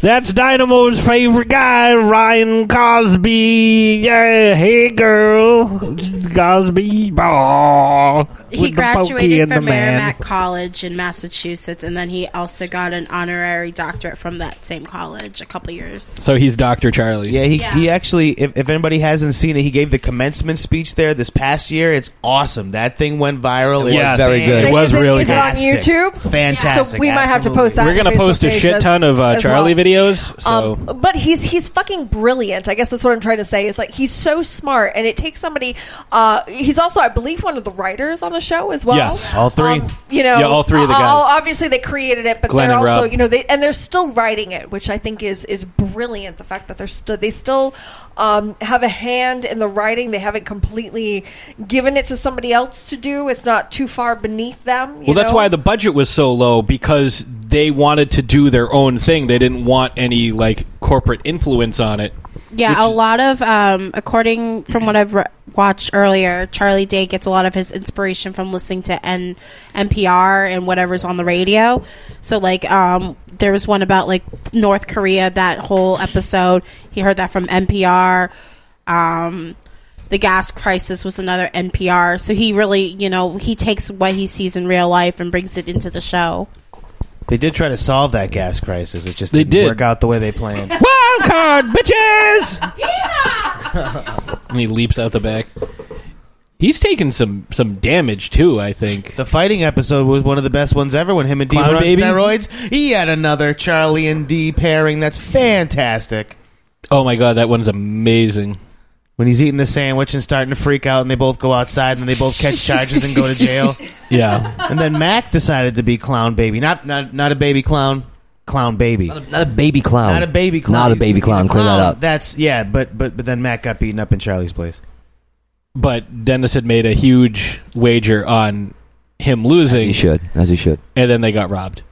Speaker 1: That's Dynamo's favorite guy, Ryan Cosby. Yeah, hey girl, Cosby. aw,
Speaker 4: He
Speaker 1: with the pokey
Speaker 4: graduated
Speaker 1: and
Speaker 4: from
Speaker 1: the man.
Speaker 4: Merrimack College in Massachusetts, and then he also got an honorary doctorate from that same college a couple years.
Speaker 1: So he's Doctor Charlie.
Speaker 5: Yeah, he,
Speaker 4: Yeah.
Speaker 5: he actually, if, if anybody hasn't seen it, he gave the commencement speech there this past year. It's awesome. That thing went viral.
Speaker 1: Yes.
Speaker 5: It's
Speaker 3: Very good.
Speaker 1: It
Speaker 2: Is
Speaker 1: was
Speaker 2: is
Speaker 1: really
Speaker 2: is it on
Speaker 5: fantastic.
Speaker 2: youtube
Speaker 5: Fantastic.
Speaker 2: So we might have to
Speaker 5: absolutely.
Speaker 2: post that.
Speaker 1: We're gonna
Speaker 2: on
Speaker 1: post a
Speaker 2: Facebook page
Speaker 1: shit ton of uh,
Speaker 2: as
Speaker 1: Charlie
Speaker 2: well.
Speaker 1: videos. So
Speaker 2: Um, but he's he's fucking brilliant. I guess that's what I'm trying to say. It's like he's so smart, and it takes somebody. Uh, he's also, I believe, one of the writers on the show as well. Um,
Speaker 1: Yes.
Speaker 5: All three.
Speaker 2: you know,
Speaker 1: Yeah, all three of the
Speaker 2: uh,
Speaker 1: guys.
Speaker 2: uh, obviously, they created it, but
Speaker 1: Glenn
Speaker 2: they're
Speaker 1: and
Speaker 2: also,
Speaker 1: Rob.
Speaker 2: you know, they and they're still writing it, which I think is is brilliant. The fact that they're still they still um, have a hand in the writing. They haven't completely given it to somebody else to do. It's not too far beneath them. you
Speaker 1: Well, that's
Speaker 2: know?
Speaker 1: why the budget was so low because they wanted to do their own thing. They didn't want any like corporate influence on it.
Speaker 4: Yeah, a lot of um, according from what I've re- watched earlier, Charlie Day gets a lot of his inspiration from listening to N- NPR and whatever's on the radio. So like, um, there was one about like North Korea. That whole episode, he heard that from NPR. Um, the gas crisis was another NPR. So he really, you know, he takes what he sees in real life and brings it into the show.
Speaker 5: They did try to solve that gas crisis. It just
Speaker 1: They
Speaker 5: didn't
Speaker 1: did.
Speaker 5: work out the way they planned.
Speaker 1: Wild card, bitches! and he leaps out the back. He's taken some some damage too. I think.
Speaker 5: The fighting episode was one of the best ones ever when him and D
Speaker 1: Clown
Speaker 5: were on
Speaker 1: Baby?
Speaker 5: steroids. He had another Charlie and D pairing that's fantastic.
Speaker 1: Oh my god, that one's amazing.
Speaker 5: when he's eating the sandwich and starting to freak out, and they both go outside and they both catch charges and go to jail.
Speaker 1: Yeah.
Speaker 5: And then Mac decided to be clown baby, not not not a baby clown, clown baby.
Speaker 3: Not a, not a baby clown.
Speaker 5: Not a baby clown.
Speaker 3: Not a
Speaker 5: He's-
Speaker 3: baby
Speaker 5: he's
Speaker 3: clown. Clear that up.
Speaker 5: That's yeah, but but but then Mac got beaten up in Charlie's place.
Speaker 1: But Dennis had made a huge wager on him losing,
Speaker 3: He should, as he should.
Speaker 1: and then they got robbed.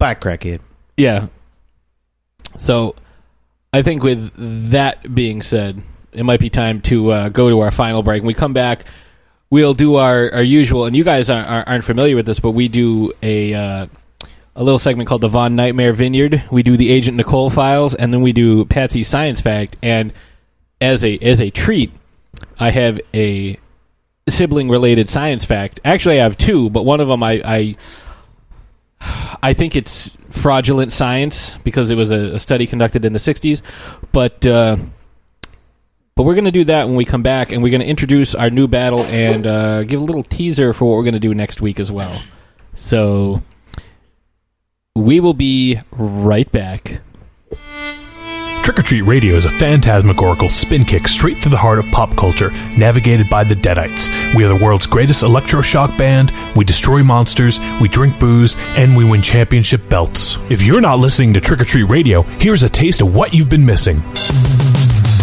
Speaker 5: By a crackhead.
Speaker 1: Yeah. So, I think with that being said, it might be time to uh, go to our final break. When we come back, we'll do our, our usual, and you guys aren't, aren't aren't familiar with this, but we do a uh, a little segment called the Von Nightmare Vineyard. We do the Agent Nicole files, and then we do Patsy's Science Fact. And as a as a treat, I have a sibling related science fact. Actually, I have two, but one of them I. I I think it's fraudulent science because it was a, a study conducted in the 60s. But uh, but we're going to do that when we come back, and we're going to introduce our new battle and uh, give a little teaser for what we're going to do next week as well. So we will be right back.
Speaker 6: Trick or Treat Radio is a phantasmagorical spin kick straight through the heart of pop culture, navigated by the Deadites. We are the world's greatest electroshock band. We destroy monsters, we drink booze, and we win championship belts. If you're not listening to Trick or Treat Radio, here's a taste of what you've been missing.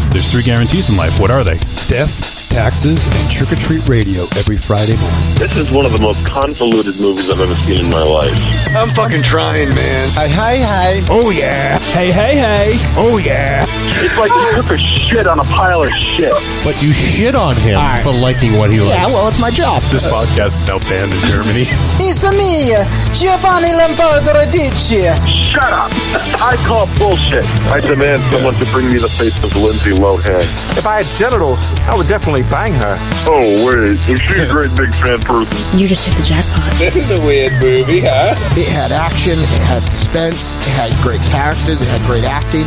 Speaker 6: There's three guarantees in life. What are they?
Speaker 12: Death, Taxes, and Trick or Treat Radio every Friday morning.
Speaker 13: This is one of the most convoluted movies I've ever seen in my life.
Speaker 12: I'm fucking trying, man. Hi, hi, hi. Oh, yeah. Hey, hey, hey. Oh, yeah.
Speaker 13: It's like you took a shit on a pile of shit.
Speaker 14: But you shit on him for liking what he likes.
Speaker 15: it's my job.
Speaker 6: This podcast is now banned in Germany.
Speaker 15: It's me, Giovanni Lombardo Radici.
Speaker 13: Shut up! I call bullshit. I demand someone to bring me the face of Lindsay Lohan.
Speaker 16: If I had genitals, I would definitely bang her.
Speaker 13: Oh, wait. Is she a great big fan person?
Speaker 16: You just hit the jackpot.
Speaker 15: This is a weird movie, huh? It had action, it had suspense, it had great characters, it had great acting.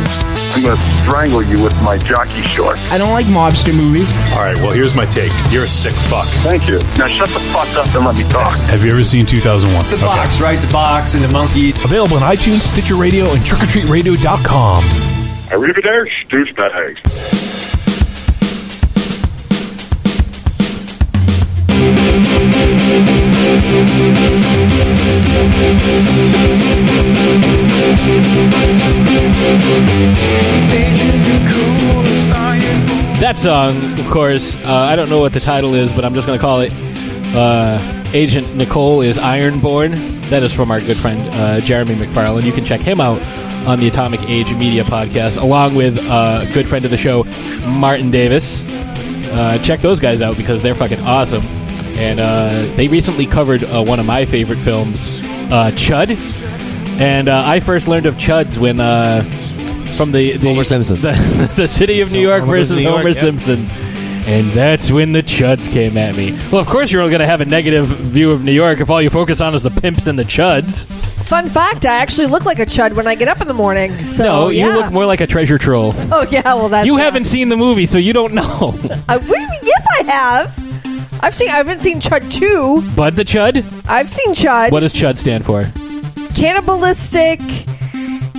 Speaker 13: I'm going to strangle you with my jockey shorts.
Speaker 15: I don't like mobster movies.
Speaker 6: All right, well, here's my take. You're a sick fuck.
Speaker 13: Thank you. Now shut the fuck up and let me talk.
Speaker 6: Have you ever seen 2001? The
Speaker 12: box, right? The box and the monkey.
Speaker 6: Available on iTunes, Stitcher Radio, and trickortreatradio.com.
Speaker 13: Arrivederci, douchebags.
Speaker 1: That song, of course, uh, I don't know what the title is, but I'm just going to call it uh, Agent Nicole is Ironborn. That is from our good friend uh, Jeremy McFarland. You can check him out on the Atomic Age Media podcast, along with uh, good friend of the show, Martin Davis. Uh, check those guys out because they're fucking awesome. And uh, they recently covered uh, one of my favorite films, uh, Chud. And uh, I first learned of Chuds when uh, from the, the Homer
Speaker 3: Simpson,
Speaker 1: the, the city of New York
Speaker 3: Homer versus
Speaker 1: versus
Speaker 3: New York,
Speaker 1: Homer
Speaker 3: yep.
Speaker 1: Simpson. And that's when the chuds came at me. Well, of course, you're only going to have a negative view of New York if all you focus on is the pimps and the chuds.
Speaker 2: Fun fact: I actually look like a chud when I get up in the morning. So
Speaker 1: no,
Speaker 2: yeah.
Speaker 1: you look more like a treasure troll.
Speaker 2: Oh yeah, well that's
Speaker 1: you haven't seen the movie, so you don't know.
Speaker 2: I, what do you mean? yes, I have. I've seen. I haven't seen Chud two.
Speaker 1: Bud the Chud?
Speaker 2: I've seen Chud.
Speaker 1: What does Chud stand for?
Speaker 2: Cannibalistic,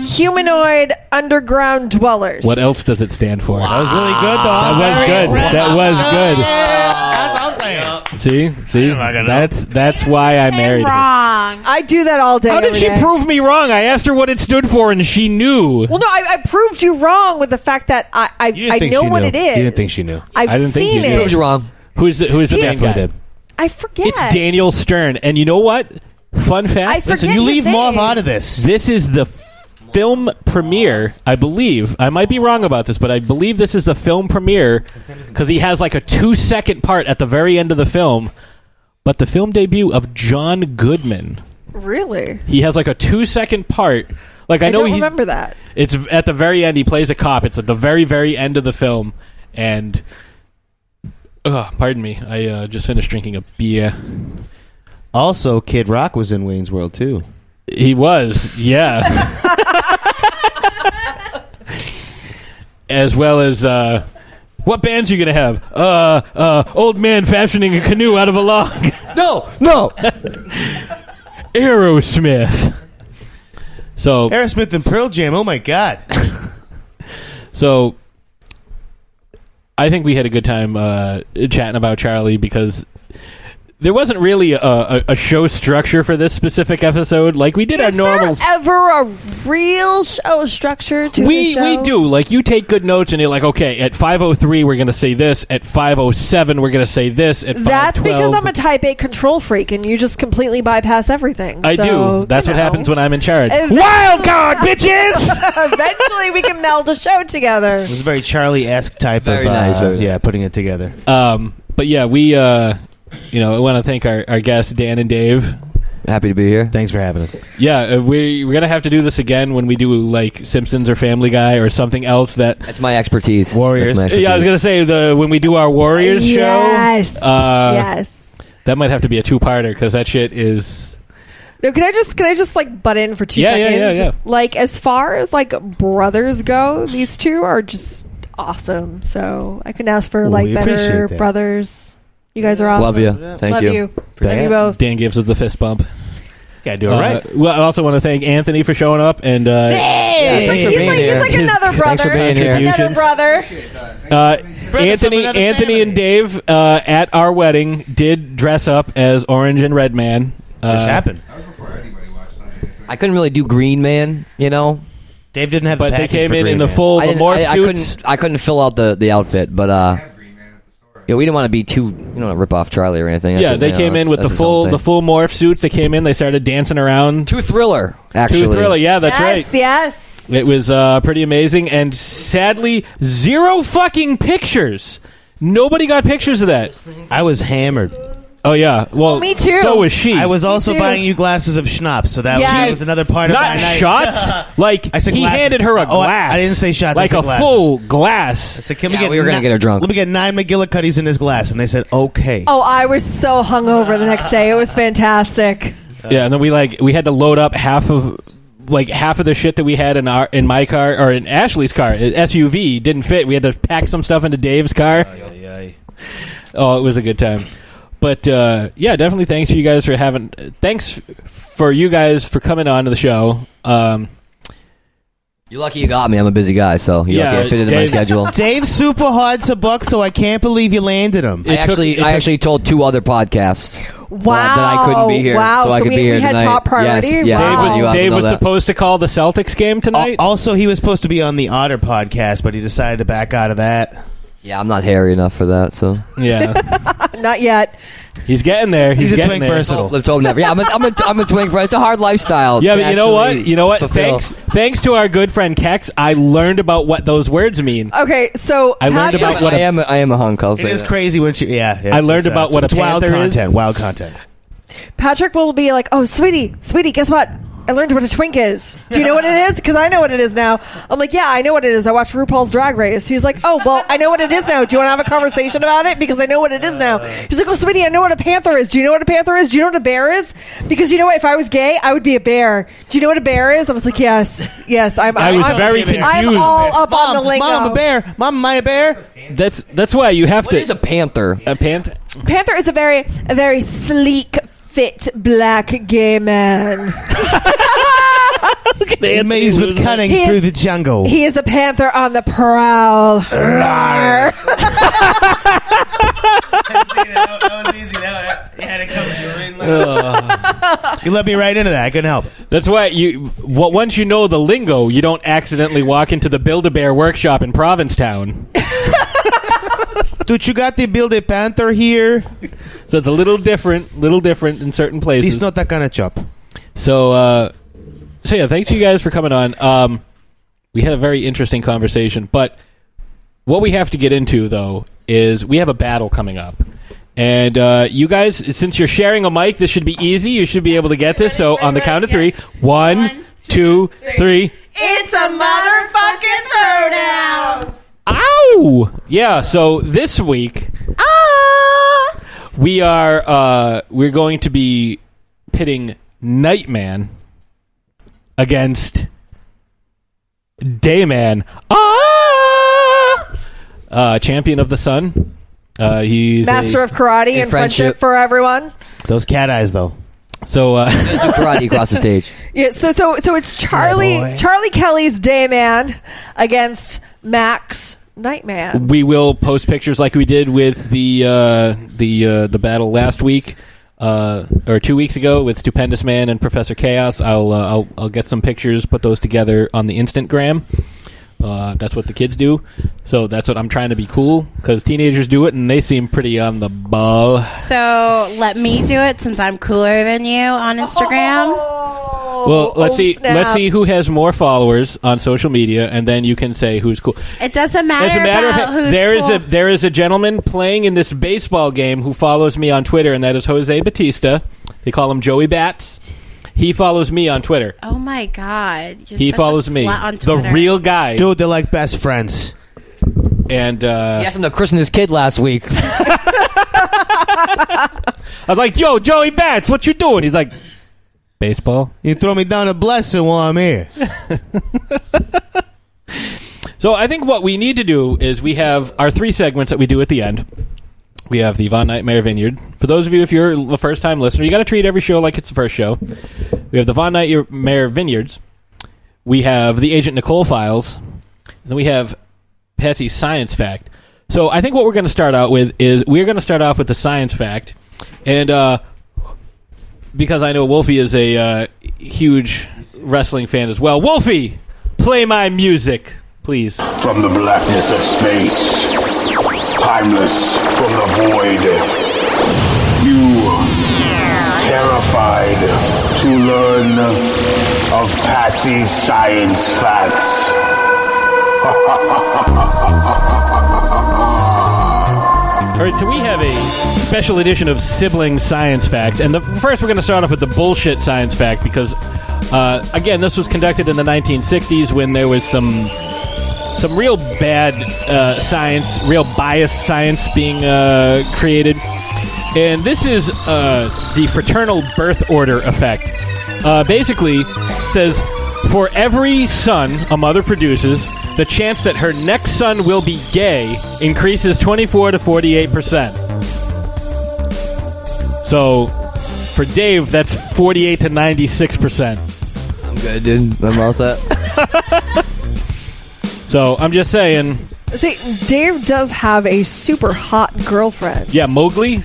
Speaker 2: humanoid, underground dwellers.
Speaker 1: What else does it stand for? That was really
Speaker 5: good, though.
Speaker 1: That was
Speaker 5: Very
Speaker 1: good.
Speaker 5: impressive.
Speaker 1: That was
Speaker 5: That's what I'm saying.
Speaker 1: good. See? See? That's, that's why I married her.
Speaker 2: Wrong. I do that all day.
Speaker 1: How did
Speaker 2: every
Speaker 1: she
Speaker 2: day.
Speaker 1: prove me wrong? I asked her what it stood for, and she knew.
Speaker 2: Well, no, I, I proved you wrong with the fact that I I, I know what it is.
Speaker 1: she knew.
Speaker 2: I've I didn't think seen she knew. it. Proved you wrong.
Speaker 1: Who's the, who's the
Speaker 2: He
Speaker 1: main guy?
Speaker 2: definitely I forget.
Speaker 1: It's Daniel Stern, and you know what? Fun fact.
Speaker 2: I Listen, forget you his leave Mauve name. out of
Speaker 1: this. This is the film premiere, I believe. I might be wrong about this, but I believe this is the film premiere because he has like a two-second part at the very end of the film. But the film debut of John Goodman.
Speaker 2: Really?
Speaker 1: He has like a two-second part. Like I, know
Speaker 2: don't
Speaker 1: he.
Speaker 2: remember that.
Speaker 1: It's at the very end. He plays a cop. It's at the very, very end of the film, and Ugh, pardon me, I uh, just finished drinking a beer.
Speaker 5: Also, Kid Rock was in Wayne's World too.
Speaker 1: He was, yeah. as well as uh, what bands are you gonna have? Uh, uh, old man fashioning a canoe out of a log. no, no. Aerosmith. So
Speaker 5: Aerosmith and Pearl Jam. Oh my God.
Speaker 1: So I think we had a good time uh, chatting about Charlie because there wasn't really a, a, a show structure for this specific episode. Like we did our normal.
Speaker 2: Ever a real show structure to
Speaker 1: we
Speaker 2: the show?
Speaker 1: we do like you take good notes and you're like okay at 503 we're gonna say this at 507 we're gonna say this at 512
Speaker 2: That's because I'm a type A control freak, and you just completely bypass everything.
Speaker 1: I
Speaker 2: So,
Speaker 1: do. That's
Speaker 2: you
Speaker 1: what
Speaker 2: know.
Speaker 1: happens when I'm in charge.
Speaker 2: Eventually-
Speaker 1: Wild card, bitches!
Speaker 2: Eventually, we can meld a show together.
Speaker 5: It was a very Charlie-esque type
Speaker 1: Very
Speaker 5: of,
Speaker 1: nice,
Speaker 5: uh,
Speaker 1: very nice.
Speaker 5: yeah, putting it together.
Speaker 1: Um, but yeah, we, uh, you know, I want to thank our, our guests, Dan and Dave.
Speaker 3: Happy to be here.
Speaker 5: Thanks for having us.
Speaker 1: Yeah, uh, we we're gonna have to do this again when we do like Simpsons or Family Guy or something else that.
Speaker 3: That's my expertise. Warriors.
Speaker 1: Yeah, I was gonna say the when we do our Warriors
Speaker 2: Yes.
Speaker 1: show. Uh,
Speaker 2: yes.
Speaker 1: That might have to be a two-parter because that shit is.
Speaker 2: No, can I just can I just like butt in for two
Speaker 1: Yeah, yeah,
Speaker 2: seconds?
Speaker 1: yeah, yeah.
Speaker 2: Like as far as like brothers go, these two are just awesome. So I can ask for
Speaker 1: Well,
Speaker 2: like
Speaker 1: we
Speaker 2: better
Speaker 1: appreciate that.
Speaker 2: brothers. You guys are awesome.
Speaker 1: Love you. Thank
Speaker 2: Love
Speaker 1: you.
Speaker 2: you. Love you both.
Speaker 1: Dan gives us the fist bump. Uh,
Speaker 5: Gotta do it right.
Speaker 1: Well, I also want to thank Anthony for showing up and uh,
Speaker 2: He's like, he's like, he's like another brother. Another brother.
Speaker 1: Uh, Anthony, Anthony, and Dave uh, at our wedding did dress up as Orange and Red Man. Uh,
Speaker 3: This happened. I couldn't really do Green Man, you know.
Speaker 5: Dave didn't have,
Speaker 1: the But they package came for in Green in the Man. full
Speaker 3: I didn't-
Speaker 1: Lamorph
Speaker 3: I, I
Speaker 1: suits.
Speaker 3: couldn't, I couldn't fill out the, the outfit, but uh, yeah, we didn't want to be too, you know, rip off Charlie or anything. That's
Speaker 1: yeah,
Speaker 3: it,
Speaker 1: they
Speaker 3: you know,
Speaker 1: came in
Speaker 3: that's-
Speaker 1: with the
Speaker 3: that's his own
Speaker 1: full
Speaker 3: thing.
Speaker 1: the full morph suits. They came in. They started dancing around.
Speaker 3: Two Thriller, actually.
Speaker 1: Two Thriller. Yeah, that's right.
Speaker 2: yes, Yes.
Speaker 1: It was uh, pretty amazing, and sadly, zero fucking pictures. Nobody got pictures of that.
Speaker 5: I was hammered.
Speaker 1: Oh yeah, well,
Speaker 2: Me too.
Speaker 1: So was she.
Speaker 5: I was
Speaker 1: Me
Speaker 5: also
Speaker 1: too.
Speaker 5: buying you glasses of schnapps, so that
Speaker 1: Yes.
Speaker 5: was another part
Speaker 1: Not
Speaker 5: of my night.
Speaker 1: shots? Like,
Speaker 5: I said
Speaker 1: he
Speaker 5: glasses.
Speaker 1: handed her a
Speaker 5: Oh, I-
Speaker 1: glass.
Speaker 5: I, didn't say shots. I
Speaker 1: Like
Speaker 5: said
Speaker 1: a
Speaker 5: glasses.
Speaker 1: full glass.
Speaker 5: I said, "Can we
Speaker 3: Yeah,
Speaker 5: get?
Speaker 3: we were gonna
Speaker 5: ni-
Speaker 3: get her drunk.
Speaker 5: Let me get nine McGillicuddies in this glass," and they said, "Okay."
Speaker 2: Oh, I was so hungover the next day. It was fantastic.
Speaker 1: yeah, and then we like we had to load up half of like half of the shit that we had in our in my car or in Ashley's car. It- SUV didn't fit. We had to pack some stuff into Dave's car. Oh, it was a good time. But uh, yeah, definitely thanks for you guys for having. Thanks for you guys for coming on to the show. Um,
Speaker 3: You're lucky you got me. I'm a busy guy, so you're
Speaker 1: Yeah,
Speaker 3: lucky I fit into my
Speaker 1: Dave-
Speaker 3: schedule.
Speaker 5: Dave's super hard to buck, so I can't believe you landed him.
Speaker 3: I actually, I actually told two other podcasts uh, that I couldn't be here,
Speaker 5: Wow,
Speaker 3: so I
Speaker 5: so
Speaker 3: could
Speaker 5: we-
Speaker 3: be here
Speaker 5: we had
Speaker 3: tonight.
Speaker 5: top priority?
Speaker 3: Yes, yes,
Speaker 5: Wow.
Speaker 3: you have to
Speaker 1: Dave
Speaker 3: know
Speaker 1: was
Speaker 3: that.
Speaker 1: supposed to call the Celtics game tonight.
Speaker 5: also, he was supposed to be on the Otter podcast, but he decided to back out of that.
Speaker 3: Yeah, I'm not hairy enough for that, so
Speaker 5: oh.
Speaker 1: yeah,
Speaker 2: Not yet.
Speaker 1: he's getting there. He's,
Speaker 3: He's a
Speaker 1: getting
Speaker 3: twink
Speaker 1: there.
Speaker 3: versatile. Let's hope never. Yeah, I'm a, I'm a, I'm a twink, but it's a hard lifestyle.
Speaker 1: Yeah,
Speaker 3: to
Speaker 1: but you know what?
Speaker 3: actually
Speaker 1: You know what?
Speaker 3: fulfill.
Speaker 1: Thanks, thanks to our good friend Kex, I learned about what those words mean.
Speaker 2: Okay, so
Speaker 1: I learned
Speaker 2: Patrick-
Speaker 1: about what
Speaker 3: I
Speaker 1: a-
Speaker 3: am. A, I am a hunk. I'll say
Speaker 5: It is
Speaker 3: that.
Speaker 5: crazy when she. Yeah, yeah,
Speaker 1: I
Speaker 5: it's-
Speaker 1: learned
Speaker 5: it's, uh,
Speaker 1: about what
Speaker 5: it's
Speaker 1: a
Speaker 5: wild
Speaker 1: panther is.
Speaker 5: content. Wild content.
Speaker 2: Patrick will be like, "Oh, sweetie, sweetie, guess what? I learned what a twink is. Do you know what it is? Because I know what it is now." I'm like, "Yeah, I know what it is. I watched RuPaul's Drag Race." He's like, "Oh, well, I know what it is now. Do you want to have a conversation about it? Because I know what it is now." He's like, "Oh, sweetie, I know what a panther is. Do you know what a panther is? Do you know what a bear is? Because you know what? If I was gay, I would be a bear. Do you know what a bear is?" I was like, "Yes, yes, I'm."
Speaker 1: I was
Speaker 2: I'm-
Speaker 1: very
Speaker 2: I'm
Speaker 1: confused.
Speaker 2: all up on the
Speaker 5: Mom,
Speaker 2: lingo.
Speaker 5: Mom, a bear. Mom, am I a bear?
Speaker 1: That's that's why you have to. What is
Speaker 3: a panther?
Speaker 1: A panther.
Speaker 2: Panther is a very, a very sleek, fit black gay man.
Speaker 5: Amazed with cunning
Speaker 2: He is-
Speaker 5: through the jungle.
Speaker 2: He is a panther on the prowl. Roar.
Speaker 5: you let me right into that. I couldn't help.
Speaker 1: That's why you. Well, once you know the lingo, you don't accidentally walk into the Build a Bear workshop in Provincetown.
Speaker 5: Dude, you got the build a panther here.
Speaker 1: So it's a little different, little different in certain places.
Speaker 5: It's not that kind of chop.
Speaker 1: So, uh, so yeah, thanks to you guys for coming on. Um, we had a very interesting conversation, but what we have to get into though is we have a battle coming up, and uh, you guys, since you're sharing a mic, this should be easy. You should be able to get this. So on the count of three, one, two, three.
Speaker 4: It's a motherfucking throwdown.
Speaker 1: Ow! Yeah. So this week, we are uh, we're going to be pitting Nightman against Dayman. Ah! Uh, champion of the sun. Uh, he's a-
Speaker 2: Master of karate and friendship. for everyone.
Speaker 5: Those cat eyes, though.
Speaker 1: So uh,
Speaker 3: karate across the stage.
Speaker 2: Yeah. So so so it's Charlie Charlie Kelly's Day Man against Max Nightman.
Speaker 1: We will post pictures like we did with the uh, the uh, the battle last week uh, or two weeks ago with Stupendous Man and Professor Chaos. I'll uh, I'll, I'll get some pictures, put those together on the Instantgram. Uh, that's what the kids do. So that's what I'm trying to be cool because teenagers do it and they seem pretty on the ball.
Speaker 4: So let me do it since I'm cooler than you on Instagram.
Speaker 1: well, let's
Speaker 4: oh,
Speaker 1: see.
Speaker 4: snap.
Speaker 1: Let's see who has more followers on social media, and then you can say who's cool.
Speaker 4: It doesn't matter,
Speaker 1: As a matter of
Speaker 4: about
Speaker 1: fact,
Speaker 4: who's
Speaker 1: there is
Speaker 4: cool.
Speaker 1: a there is a gentleman playing in this baseball game who follows me on Twitter, and that is Jose Batista. They call him Joey Bats. He follows me on Twitter.
Speaker 4: Oh my god! You're
Speaker 1: he
Speaker 4: such a
Speaker 1: follows me.
Speaker 4: slut on
Speaker 1: the
Speaker 4: Twitter.
Speaker 1: real guy,
Speaker 5: dude. They're like best friends.
Speaker 1: And uh,
Speaker 3: He asked him to christen his kid last week.
Speaker 1: I was like, "Yo, Joey Bats, what you doing?" He's like, "Baseball."
Speaker 5: You throw me down a blessing while I'm here.
Speaker 1: So I think what we need to do is we have our three segments that we do at the end. We have the Von Nightmare Vineyard. For those of you, if you're the first time listener, you got to treat every show like it's the first show. We have the Von Nightmare Vineyards. We have the Agent Nicole Files. And then we have Patsy's Science Fact. So I think what we're going to start out with is we're going to start off with the Science Fact. And uh, because I know Wolfie is a uh, huge wrestling fan as well. Wolfie, play my music, please.
Speaker 7: From the blackness of space, timeless from the void, you, terrified to learn of Patsy's science facts.
Speaker 1: All right, so we have a special edition of Sibling Science Fact. And the, first, we're going to start off with the bullshit science fact because, uh, again, this was conducted in the 1960s when there was some some real bad uh, science, real biased science being uh, created. And this is uh, the fraternal birth order effect. Uh, basically, says for every son a mother produces, the chance that her next son will be gay increases 24 to 48 percent. So, for Dave, that's 48 to 96 percent.
Speaker 3: I'm good, dude. I'm all set.
Speaker 1: so I'm just saying,
Speaker 2: See, Dave does have a super hot girlfriend.
Speaker 1: yeah, Mowgli.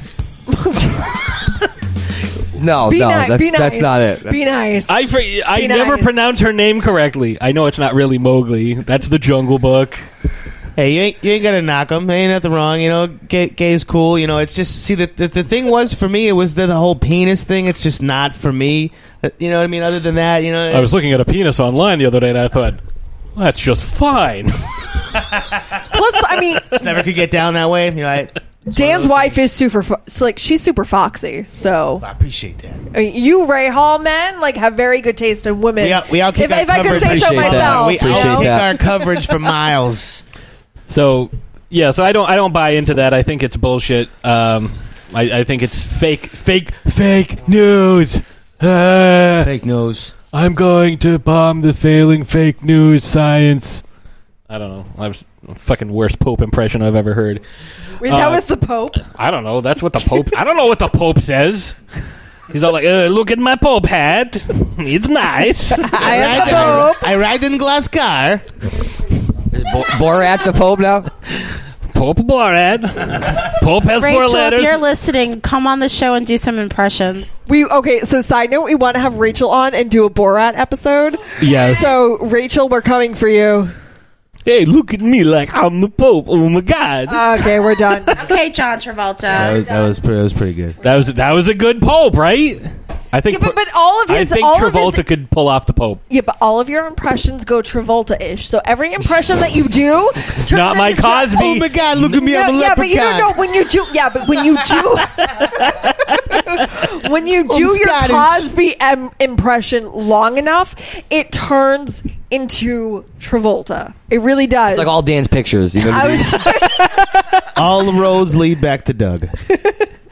Speaker 3: No,
Speaker 2: Be
Speaker 3: no,
Speaker 2: ni-
Speaker 3: that's
Speaker 2: be
Speaker 3: that's
Speaker 2: nice.
Speaker 3: not it.
Speaker 2: Be nice.
Speaker 1: I fr- I
Speaker 2: Be
Speaker 1: never
Speaker 2: nice.
Speaker 1: pronounce her name correctly. I know it's not really Mowgli. That's the Jungle Book.
Speaker 5: Hey, you ain't, you ain't gotta knock him. Ain't nothing wrong, you know. Gay, gay's cool, you know. It's just see the, the the thing was for me. It was the, the whole penis thing. It's just not for me. Uh, You know what I mean? Other than that, you know.
Speaker 1: I was looking at a penis online the other day, and I thought, well, that's just fine.
Speaker 2: Plus, I mean,
Speaker 5: just never could get down that way. You know, I
Speaker 2: Dan's wife is super. Fo- so, like she's super foxy. So
Speaker 5: I appreciate that.
Speaker 2: I mean, you Ray Hall men like have very good taste in women.
Speaker 5: We out, we outkick
Speaker 2: if,
Speaker 5: our
Speaker 2: if I
Speaker 5: coverage.
Speaker 2: could say so myself,
Speaker 5: We
Speaker 2: you know?
Speaker 5: outkick our coverage for miles.
Speaker 1: So yeah, so I don't I don't buy into that. I think it's bullshit. Um, I, I think it's fake fake fake news. fake
Speaker 5: news.
Speaker 1: I'm going to bomb the failing fake news science. I don't know. I was fucking worst Pope impression I've ever heard.
Speaker 2: Wait, that
Speaker 1: Uh,
Speaker 2: was the Pope.
Speaker 1: I don't know. That's what the Pope. I don't know what the Pope says. He's all like, uh, "Look at my Pope hat. It's nice."
Speaker 2: I
Speaker 5: ride in- I ride in glass car.
Speaker 3: Is Bo- Borat's the Pope now?
Speaker 1: Pope Borat. Pope has
Speaker 4: Rachel, if you're listening, come on the show and do some impressions.
Speaker 2: We okay. So side note, we want to have Rachel on and do a Borat episode.
Speaker 1: Yes.
Speaker 2: So Rachel, we're coming for you.
Speaker 1: Hey, look at me like I'm the Pope. Oh my God.
Speaker 2: Okay, we're done.
Speaker 4: Okay, John Travolta.
Speaker 5: was, that was pretty. That was pretty good.
Speaker 1: That was that was a good Pope, right? I think.
Speaker 2: Yeah, but- but all of his-
Speaker 1: I think
Speaker 2: all of
Speaker 1: Travolta could pull off the Pope.
Speaker 2: Yeah, but all of your impressions go Travolta-ish. So every impression that you do, turns
Speaker 1: Not my
Speaker 2: into-
Speaker 1: Cosby. Oh my God, look at me, I'm a
Speaker 2: yeah, but you don't
Speaker 1: leprechaun.
Speaker 2: know when you do. Yeah, but when you do, when you do
Speaker 5: I'm
Speaker 2: your
Speaker 5: Scottish.
Speaker 2: Cosby em- impression long enough, it turns into Travolta. It really does.
Speaker 3: It's like all Dan's pictures. You know what I
Speaker 2: I was
Speaker 5: All the roads lead back to Doug.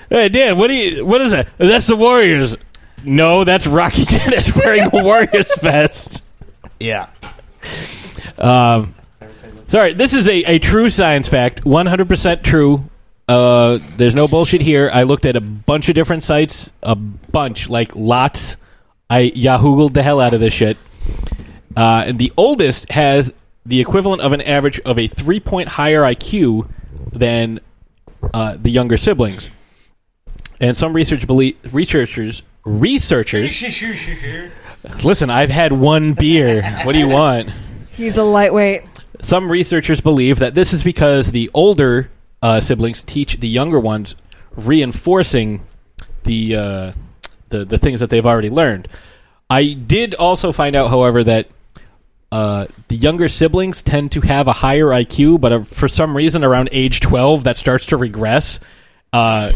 Speaker 1: Hey Dan, what do you? What is that? That's the Warriors. No, that's Rocky Dennis wearing a Warriors vest.
Speaker 5: Yeah.
Speaker 1: Um, sorry, this is a, a true science fact, 100% true. Uh, there's no bullshit here. I looked at a bunch of different sites, a bunch, like lots. I Yahoogled the hell out of this shit. Uh, and the oldest has the equivalent of an average of a three point higher IQ than uh, the younger siblings. And some research belie- researchers researchers listen, I've had one beer. What do you want?
Speaker 2: He's a lightweight.
Speaker 1: Some researchers believe that this is because the older uh, siblings teach the younger ones, reinforcing the, uh, the the things that they've already learned. I did also find out, however, that uh, the younger siblings tend to have a higher IQ, but uh, for some reason, around age twelve, that starts to regress. Uh,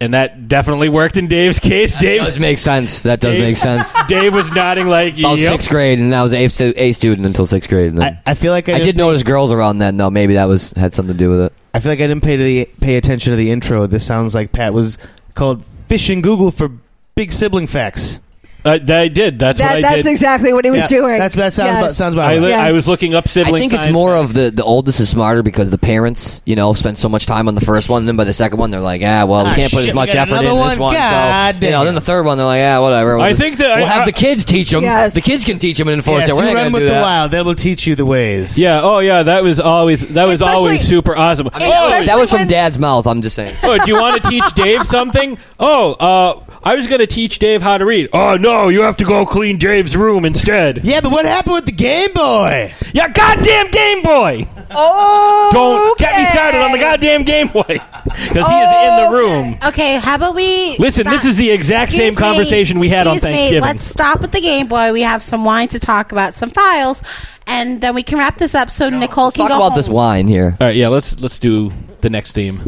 Speaker 1: and that definitely worked in Dave's case. Dave
Speaker 3: does make sense. That does
Speaker 1: Dave-
Speaker 3: make sense.
Speaker 1: Dave was nodding like
Speaker 3: About
Speaker 1: "Yep."
Speaker 3: sixth grade, and I was a, stu- a student until sixth grade. And then
Speaker 5: I feel like I
Speaker 3: did
Speaker 5: didn't-
Speaker 3: notice girls around then, though. Maybe that was had something to do with it.
Speaker 5: I feel like I didn't pay to the, pay attention to the intro. This sounds like Pat was called fish in Google for big sibling facts.
Speaker 1: Uh, I did. That's
Speaker 2: That- that's exactly what he was
Speaker 5: Yeah,
Speaker 2: doing.
Speaker 5: that's- that sounds about- sounds about
Speaker 1: I, li- I was looking up sibling.
Speaker 3: I think it's
Speaker 1: science.
Speaker 3: more of the the oldest is smarter because the parents, you know, spent so much time on the first one, and then by the second one, they're like, ah, well, we
Speaker 1: Ah,
Speaker 3: can't put
Speaker 1: shit, we
Speaker 3: as much
Speaker 1: got
Speaker 3: effort into
Speaker 1: another
Speaker 3: this
Speaker 1: one.
Speaker 3: one.
Speaker 1: God
Speaker 3: so, you know, then the third one, they're like, ah, whatever. We'll
Speaker 1: I
Speaker 3: just-
Speaker 1: think that I-
Speaker 3: we'll have
Speaker 1: I-
Speaker 3: the kids teach them.
Speaker 1: Yes.
Speaker 3: The kids can teach them and enforce
Speaker 5: Yes,
Speaker 3: it. We're not
Speaker 5: you run
Speaker 3: gonna
Speaker 5: with
Speaker 3: do
Speaker 5: the
Speaker 3: that.
Speaker 5: wild. That will teach you the ways.
Speaker 1: Yeah. Oh, yeah. That was always that was always super awesome.
Speaker 3: I mean,
Speaker 1: oh,
Speaker 3: that was from dad's mouth. I'm just saying.
Speaker 1: oh, do you want to teach Dave something? Oh, uh, I was going to teach Dave how to read. Oh no, you have to go clean Dave's room instead.
Speaker 5: Yeah, but what happened with the Game Boy?
Speaker 1: Yeah, goddamn Game Boy!
Speaker 2: Oh,
Speaker 1: Don't get me started on the goddamn Game Boy because he is in the room.
Speaker 4: Okay, how about we
Speaker 1: Listen,
Speaker 4: stop-
Speaker 1: this is the exact
Speaker 4: Excuse
Speaker 1: same conversation we had on
Speaker 4: excuse me,
Speaker 1: Thanksgiving.
Speaker 4: Let's stop with the Game Boy. We have some wine to talk about, some files, and then we can wrap this up so Nicole can
Speaker 3: Talk
Speaker 4: go
Speaker 3: about
Speaker 4: home.
Speaker 3: this wine here.
Speaker 1: All right, yeah, let's let's do the next theme.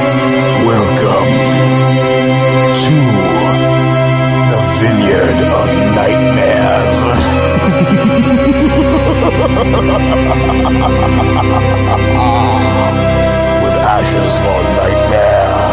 Speaker 7: Welcome to the Vineyard of Nightmares. With ashes for nightmare.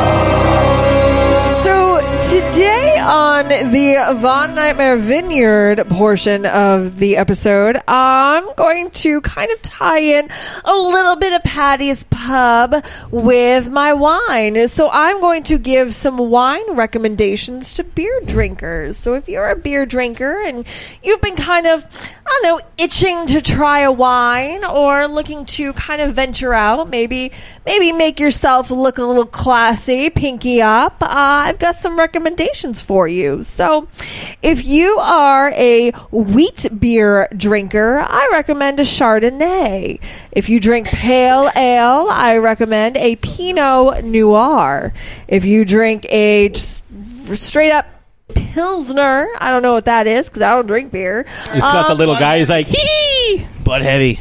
Speaker 2: So today on the Von Nightmare Vineyard portion of the episode, I'm going to kind of tie in a little bit of Patty's Pub with my wine. So I'm going to give some wine recommendations to beer drinkers. So if you're a beer drinker and you've been kind of, I don't know, itching to try a wine or looking to kind of venture out, maybe maybe make yourself look a little classy, pinky up. Uh, I've got some recommendations for you. So, if you are a wheat beer drinker, I recommend a Chardonnay. If you drink pale ale, I recommend a Pinot Noir. If you drink a just straight up Pilsner, I don't know what that is because I don't drink beer.
Speaker 1: It's got the little
Speaker 3: Um,
Speaker 1: guy who's like,
Speaker 2: hee
Speaker 5: Butt heavy.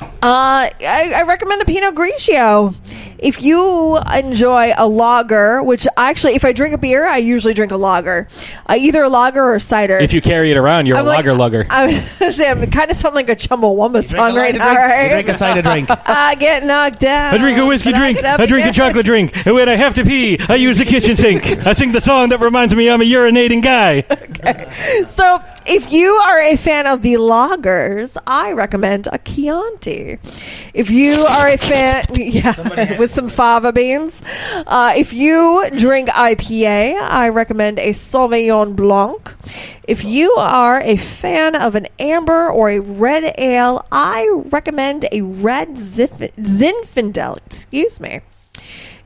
Speaker 2: uh, I, I recommend a Pinot Grigio. If you enjoy a lager, which actually, if I drink a beer, I usually drink a lager, uh, either a lager or cider.
Speaker 1: If you carry it around, you're
Speaker 2: I'm
Speaker 1: a
Speaker 2: like-
Speaker 1: lager lugger.
Speaker 2: I was I'm kind of sound like a Chumbawamba song
Speaker 1: a
Speaker 2: right
Speaker 1: lager
Speaker 2: now.
Speaker 1: drink, you
Speaker 2: right?
Speaker 1: drink a cider drink.
Speaker 2: I get knocked down.
Speaker 1: I drink a whiskey
Speaker 2: but I
Speaker 1: drink.
Speaker 2: get up
Speaker 1: I drink a
Speaker 2: again.
Speaker 1: chocolate drink. And when I have to pee, I use the kitchen sink. I sing the song that reminds me I'm a urinating guy.
Speaker 2: So, if you are a fan of the lagers, I recommend a Chianti. If you are a fan, yeah, with some fava beans. Uh, if you drink IPA, I recommend a Sauvignon Blanc. If you are a fan of an amber or a red ale, I recommend a red Zif- Zinfandel. Excuse me.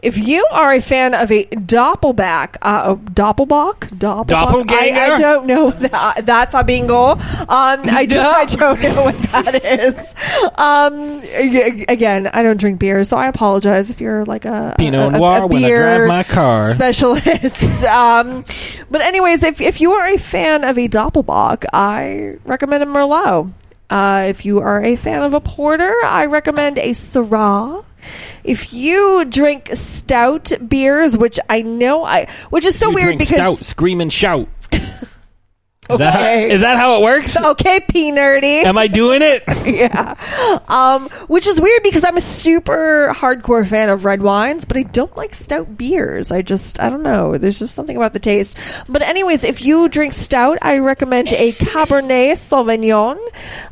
Speaker 2: If you are a fan of a doppelback, uh, a doppelbock, doppelbock,
Speaker 1: Doppelganger?
Speaker 2: I, I don't know that. That's a bingo. Um, I don't, I don't know what that is. Um, ag- again, I don't drink beer, so I apologize if you're like a a-
Speaker 1: Pinot
Speaker 2: a- a
Speaker 1: Noir when I
Speaker 2: beer
Speaker 1: drive my car.
Speaker 2: specialist. um, but anyways, if if you are a fan of a doppelbock, I recommend a merlot. Uh, if you are a fan of a porter, I recommend a Syrah. If you drink stout beers, which I know I, which is so
Speaker 1: You
Speaker 2: weird
Speaker 1: drink
Speaker 2: because
Speaker 1: stout, scream and shout. Is that how-
Speaker 2: Okay.
Speaker 1: is that how it works?
Speaker 2: Okay, P nerdy.
Speaker 1: Am I doing it?
Speaker 2: yeah. Um, which is weird because I'm a super hardcore fan of red wines, but I don't like stout beers. I just, I don't know. There's just something about the taste. But, anyways, if you drink stout, I recommend a Cabernet Sauvignon.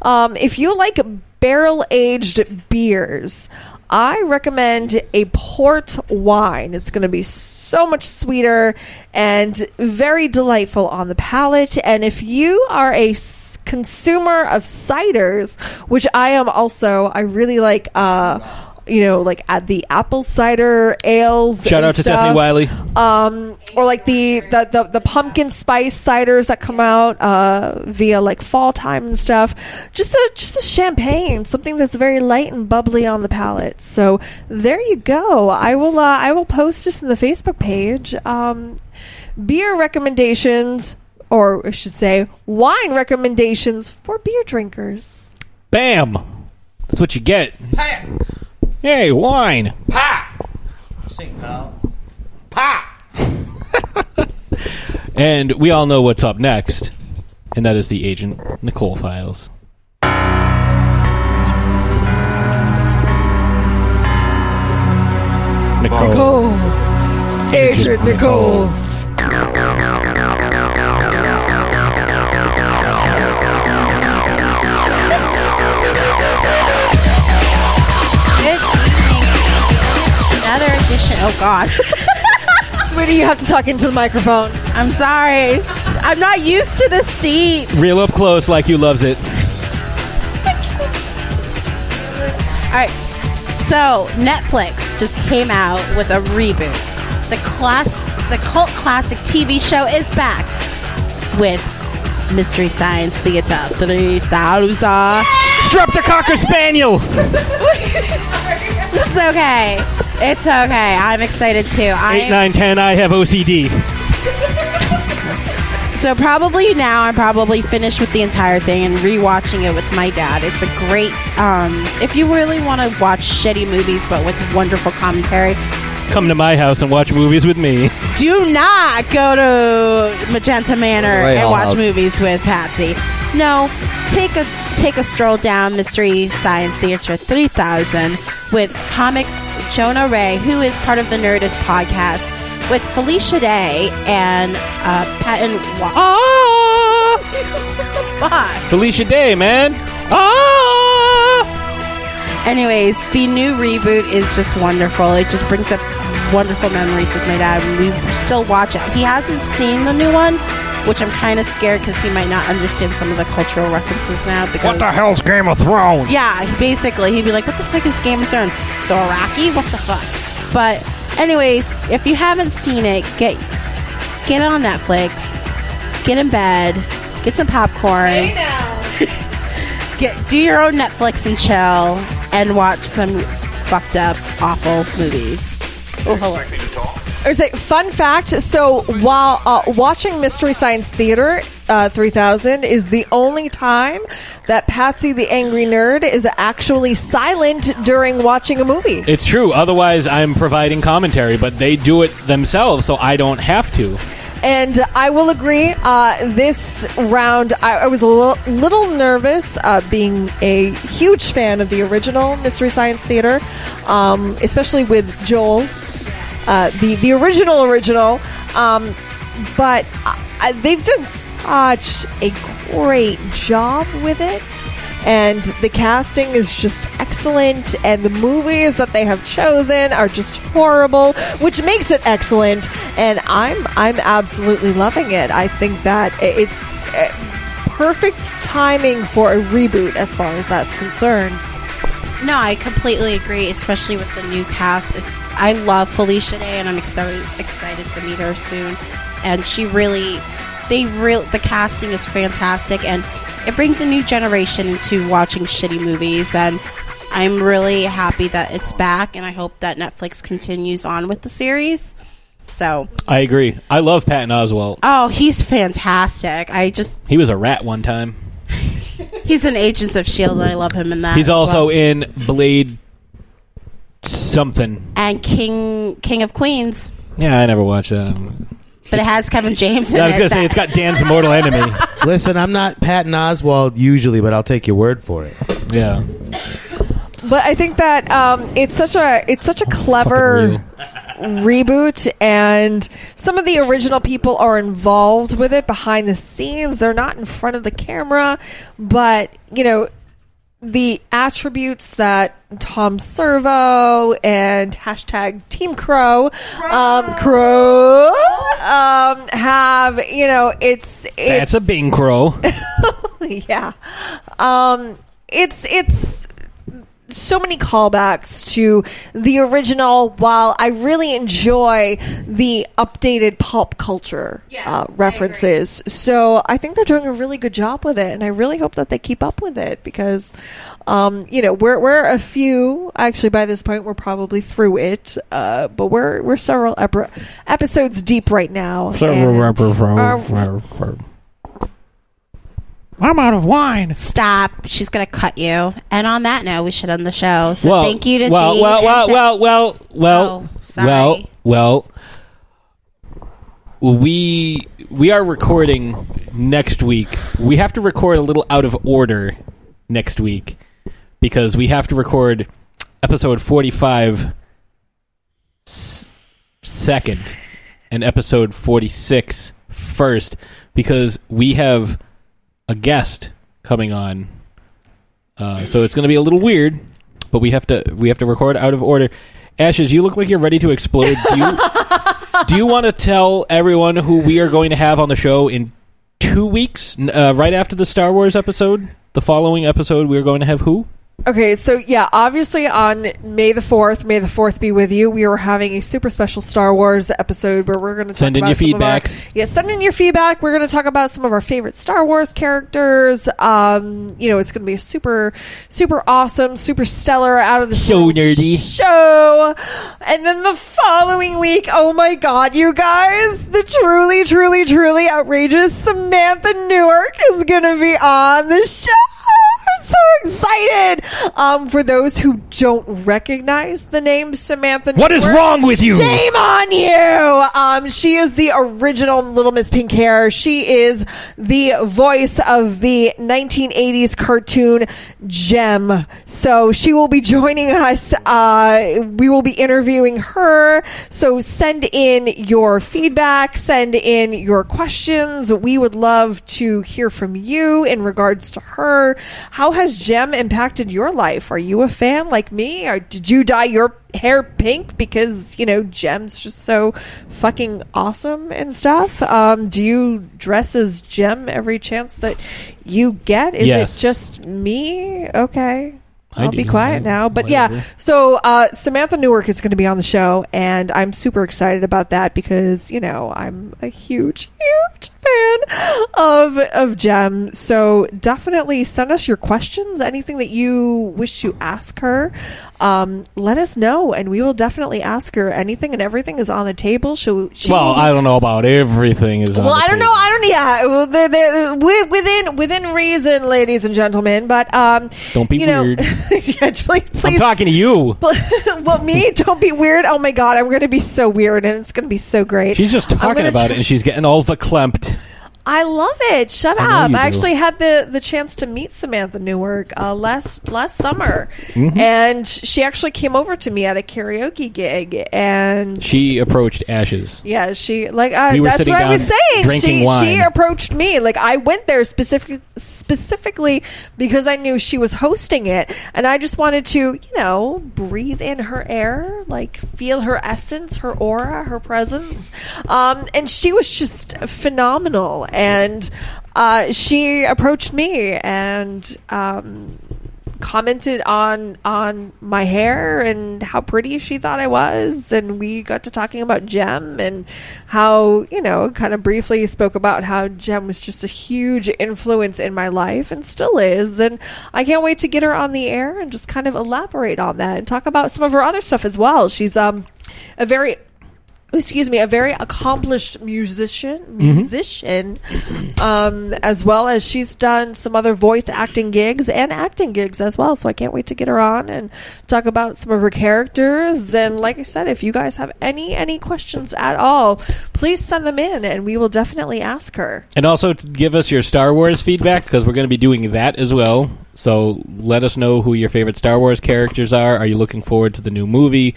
Speaker 2: Um, if you like barrel aged beers, I recommend a port wine. It's going to be so much sweeter and very delightful on the palate. And if you are a s- consumer of ciders, which I am also, I really like. Uh, you know, like at the apple cider ales.
Speaker 1: Shout
Speaker 2: and
Speaker 1: out to
Speaker 2: stuff.
Speaker 1: Stephanie Wiley.
Speaker 2: Um, or like the, the, the, the pumpkin spice ciders that come out uh, via like fall time and stuff. Just a just a champagne, something that's very light and bubbly on the palate. So there you go. I will uh, I will post this in the Facebook page. Um, beer recommendations, or I should say, wine recommendations for beer drinkers.
Speaker 1: Bam! That's what you get. Hey, wine.
Speaker 5: Sing, pal.
Speaker 1: And we all know what's up next, and that is the agent Nicole files. Nicole.
Speaker 2: Agent Nicole.
Speaker 4: Another edition. Oh God,
Speaker 2: sweetie, you have to talk into the microphone.
Speaker 4: I'm sorry, I'm not used to this seat.
Speaker 1: Real up close, like you loves it.
Speaker 4: All right. So Netflix just came out with a reboot. The class, the cult classic TV show is back with Mystery Science Theater 3000.
Speaker 1: Streptococcus Spaniel.
Speaker 4: it's okay. It's okay. I'm excited too.
Speaker 1: Eight,
Speaker 4: I
Speaker 1: nine, ten. I have OCD.
Speaker 4: so probably now I'm probably finished with the entire thing and rewatching it with my dad. It's a great um, if you really want to watch shitty movies but with wonderful commentary.
Speaker 1: Come to my house and watch movies with me.
Speaker 4: Do not go to Magenta Manor
Speaker 1: Right,
Speaker 4: and
Speaker 1: Hall
Speaker 4: watch
Speaker 1: House.
Speaker 4: movies with Patsy. No, take a take a stroll down Mystery Science Theater 3000 with comic Jonah Ray, who is part of the Nerdist podcast, with Felicia Day and uh, Patton. Wa-
Speaker 1: Ah!
Speaker 4: Fuck.
Speaker 1: Felicia Day, man. Ah!
Speaker 4: Anyways, the new reboot is just wonderful. It just brings up wonderful memories with my dad. and We still watch it. He hasn't seen the new one, which I'm kind of scared because he might not understand some of the cultural references now. Because
Speaker 14: hell's Game of Thrones?
Speaker 4: Oh, yeah, he- basically, he'd be like, "What the fuck is Game of Thrones? The Rocky? What the fuck?" But, anyways, if you haven't seen it, get get it on Netflix. Get in bed. Get some popcorn. get do your own Netflix and chill, and watch some fucked up, awful movies.
Speaker 2: Or say, fun fact. So while uh, watching Mystery Science Theater uh, 3000 is the only time that Patsy the Angry Nerd is actually silent during watching a movie.
Speaker 1: It's true. Otherwise, I'm providing commentary, but they do it themselves, so I don't have to.
Speaker 2: And I will agree. Uh, this round, I, I was a little, little nervous, uh, being a huge fan of the original Mystery Science Theater, um, especially with Joel, uh, the the original original. Um, but I, they've done such a great job with it and the casting is just excellent and the movies that they have chosen are just horrible which makes it excellent and i'm i'm absolutely loving it i think that i- it's uh, perfect timing for a reboot as far as that's concerned
Speaker 4: No, I completely agree, especially with the new cast. It's- I love Felicia Day, and I'm excited excited to meet her soon. And she really, they real the casting is fantastic, and it brings a new generation into watching shitty movies. And I'm really happy that it's back, and I hope that Netflix continues on with the series. So,
Speaker 1: I agree. I love Patton Oswalt.
Speaker 4: oh, he's fantastic. I just
Speaker 1: He was a rat one time.
Speaker 4: he's in Agents of Shield, and I love him in that.
Speaker 1: He's
Speaker 4: as
Speaker 1: also
Speaker 4: well.
Speaker 1: in Blade something.
Speaker 4: and King King of Queens.
Speaker 1: Yeah, I never watched that.
Speaker 4: But it has Kevin James in
Speaker 1: I was
Speaker 4: it.
Speaker 1: gonna say
Speaker 4: that-
Speaker 1: it's got Dan's mortal enemy.
Speaker 5: Listen, I'm not Patton Oswald usually, but I'll take your word for it.
Speaker 1: Yeah.
Speaker 2: but i think that um, it's such a it's such a clever reboot and some of the original people are involved with it behind the scenes they're not in front of the camera but you know the attributes that Tom Servo and hashtag Team Crow. Um, Crow um, have you know it's it's
Speaker 1: That's a Bing Crow.
Speaker 2: yeah. Um, it's it's so many callbacks to the original. While I really enjoy the updated pop culture uh, references, so I think they're doing a really good job with it, and I really hope that they keep up with it because, um, you know, we're we're a few actually by this point we're probably through it, uh, but we're we're several ep- episodes deep right now. and-
Speaker 1: I'm out of wine.
Speaker 4: Stop. She's going to cut you. And on that note, we should end the show. So
Speaker 1: well,
Speaker 4: thank you to
Speaker 1: well,
Speaker 4: Dave
Speaker 1: well,
Speaker 4: and
Speaker 1: well,
Speaker 4: to- Oh,
Speaker 1: well, well, well,
Speaker 4: sorry.
Speaker 1: well, well, We we are recording next week. We have to record a little out of order next week because we have to record episode forty-five s- second and episode 46 first because we have a guest coming on uh, so it's going to be a little weird but we have to we have to record out of order ashes you look like you're ready to explode do you do you want to tell everyone who we are going to have on the show in two weeks N- uh, right after the star wars episode the following episode we're going to have who
Speaker 2: Okay, so yeah, obviously on May the 4th, May the 4th be with you, we were having a super special Star Wars episode where we're going to talk
Speaker 1: Send in
Speaker 2: about
Speaker 1: your
Speaker 2: some of our-
Speaker 1: feedbacks.
Speaker 2: yeah, send in your feedback. We're going to talk about some of our favorite Star Wars characters. Um, you know, it's going to be a super, super awesome, super stellar out of the
Speaker 1: so nerdy
Speaker 2: show. And then the following week, oh my god, you guys, the truly, truly, truly outrageous Samantha Newark is gonna be on the show. I'm so excited. Um, for those who don't recognize the name Samantha,
Speaker 1: What is
Speaker 2: Newark,
Speaker 1: wrong with you?
Speaker 2: Shame on you. Um, she is the original Little Miss Pink Hair. She is the voice of the 1980s cartoon Gem. So she will be joining us. Uh, we will be interviewing her. So send in your feedback, send in your questions. We would love to hear from you in regards to her. How has Gem impacted your life? Are you a fan like me? Or did you dye your hair pink because you know Gem's just so fucking awesome and stuff. Um, do you dress as Gem every chance that you get? Is
Speaker 1: Yes.
Speaker 2: it just me? Okay.
Speaker 1: I
Speaker 2: I'll be
Speaker 1: do.
Speaker 2: quiet
Speaker 1: I-
Speaker 2: now. Oh, But
Speaker 1: whatever.
Speaker 2: yeah, so uh, Samantha Newark is going to be on the show, and I'm super excited about that because you know I'm a huge, huge fan of of Gem. So definitely send us your questions, anything that you wish you ask her. Um, let us know, and we will definitely ask her. Anything and everything is on the table. She, she
Speaker 1: well i don't know about everything is on
Speaker 2: well,
Speaker 1: the
Speaker 2: I don't know. I don't. Yeah, well, they're, they're, wi- within within reason, ladies and gentlemen. But um,
Speaker 1: Don't be
Speaker 2: you know-
Speaker 1: weird.
Speaker 2: yeah, please, please.
Speaker 1: i'm talking to you
Speaker 2: well, me, don't be weird. Oh my god, I'm going to be so weird, and it's going to be so great.
Speaker 1: She's just
Speaker 2: I'm
Speaker 1: talking
Speaker 2: gonna
Speaker 1: about it,
Speaker 2: try-
Speaker 1: and she's getting all verklempt.
Speaker 2: I love it. Shut
Speaker 1: I know
Speaker 2: up.
Speaker 1: you
Speaker 2: I
Speaker 1: do.
Speaker 2: actually had the, the chance to meet Samantha Newark uh, last last summer,
Speaker 1: Mhm.
Speaker 2: and she actually came over to me at a karaoke gig, and
Speaker 1: She approached Ashes.
Speaker 2: Yeah, she like uh,
Speaker 1: We were
Speaker 2: that's
Speaker 1: sitting
Speaker 2: what I was
Speaker 1: down
Speaker 2: saying.
Speaker 1: drinking
Speaker 2: she she
Speaker 1: wine.
Speaker 2: approached me like I went there specific specifically because I knew she was hosting it, and I just wanted to you know breathe in her air, like feel her essence, her aura, her presence, um, and she was just phenomenal. And uh, she approached me and. Um, commented on on my hair and how pretty she thought I was and we got to talking about Jem and how you know kind of briefly spoke about how Jem was just a huge influence in my life and still is and I can't wait to get her on the air and just kind of elaborate on that and talk about some of her other stuff as well she's um a very excuse me a very accomplished musician
Speaker 17: Mhm.
Speaker 2: musician um, as well as she's done some other voice acting gigs and acting gigs as well so i can't wait to get her on and talk about some of her characters and like i said if you guys have any any questions at all please send them in and we will definitely ask her
Speaker 1: And also to give us your Star Wars feedback because we're going to be doing that as well. So let us know who your favorite Star Wars characters are. Are you looking forward to the new movie?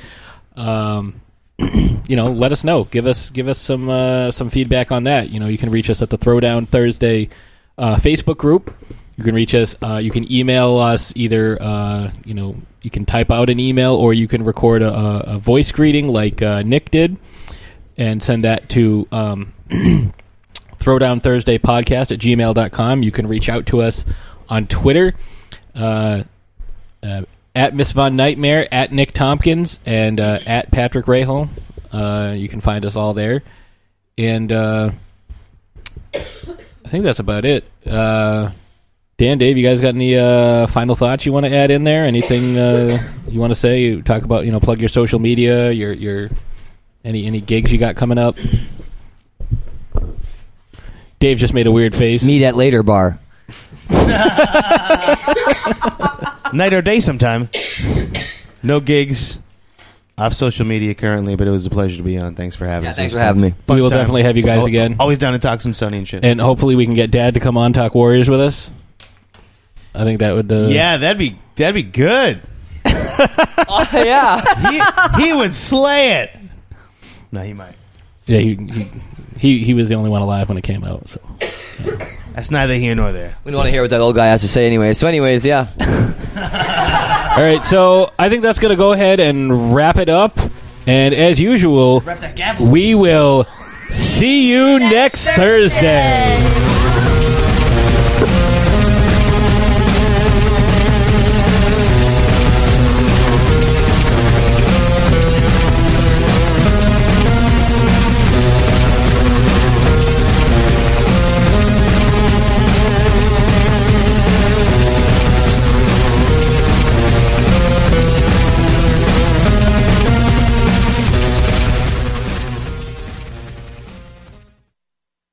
Speaker 1: Um, you know, let us know. Give us give us some uh, some feedback on that. You know, you can reach us at the Throwdown Thursday uh, Facebook group. You can reach us. Uh, you can email us either uh, you know you can type out an email or you can record a, a, a voice greeting like uh, Nick did and send that to um, Throwdown Thursday podcast at gmail.com. You can reach out to us on Twitter uh, uh, at Miss Von Nightmare, at Nick Tompkins, and uh, at Patrick Rahal. Uh, you can find us all there. And uh, I think that's about it. Uh, Dan, Dave, you guys got any uh, final thoughts you want to add in there? Anything uh, you want to say? You talk about you know plug your social media, your your any any gigs you got coming up. Dave just made a weird face.
Speaker 3: Meet at later bar.
Speaker 5: Night or day sometime. No gigs. Off social media currently, but it was a pleasure to be on. Thanks for having
Speaker 3: Yeah,
Speaker 5: us.
Speaker 3: thanks
Speaker 5: It was
Speaker 3: for having
Speaker 5: fun.
Speaker 3: me.
Speaker 5: Fun
Speaker 1: We will
Speaker 5: time.
Speaker 1: definitely have you guys
Speaker 5: Al-
Speaker 1: again.
Speaker 5: Always down to talk some Sony and shit.
Speaker 1: And hopefully we can get Dad to come on talk Warriors with us. I think that would. Uh,
Speaker 5: yeah, that'd be that'd be good.
Speaker 3: yeah,
Speaker 5: he, he would slay it. No, he might.
Speaker 1: yeah. He, he he he was the only one alive when it came out. So
Speaker 5: that's neither here nor there.
Speaker 3: We don't want to hear what that old guy has to say anyway. So, anyways, yeah.
Speaker 1: All right, so I think that's going to go ahead and wrap it up. And as usual, we will see you next Thursday.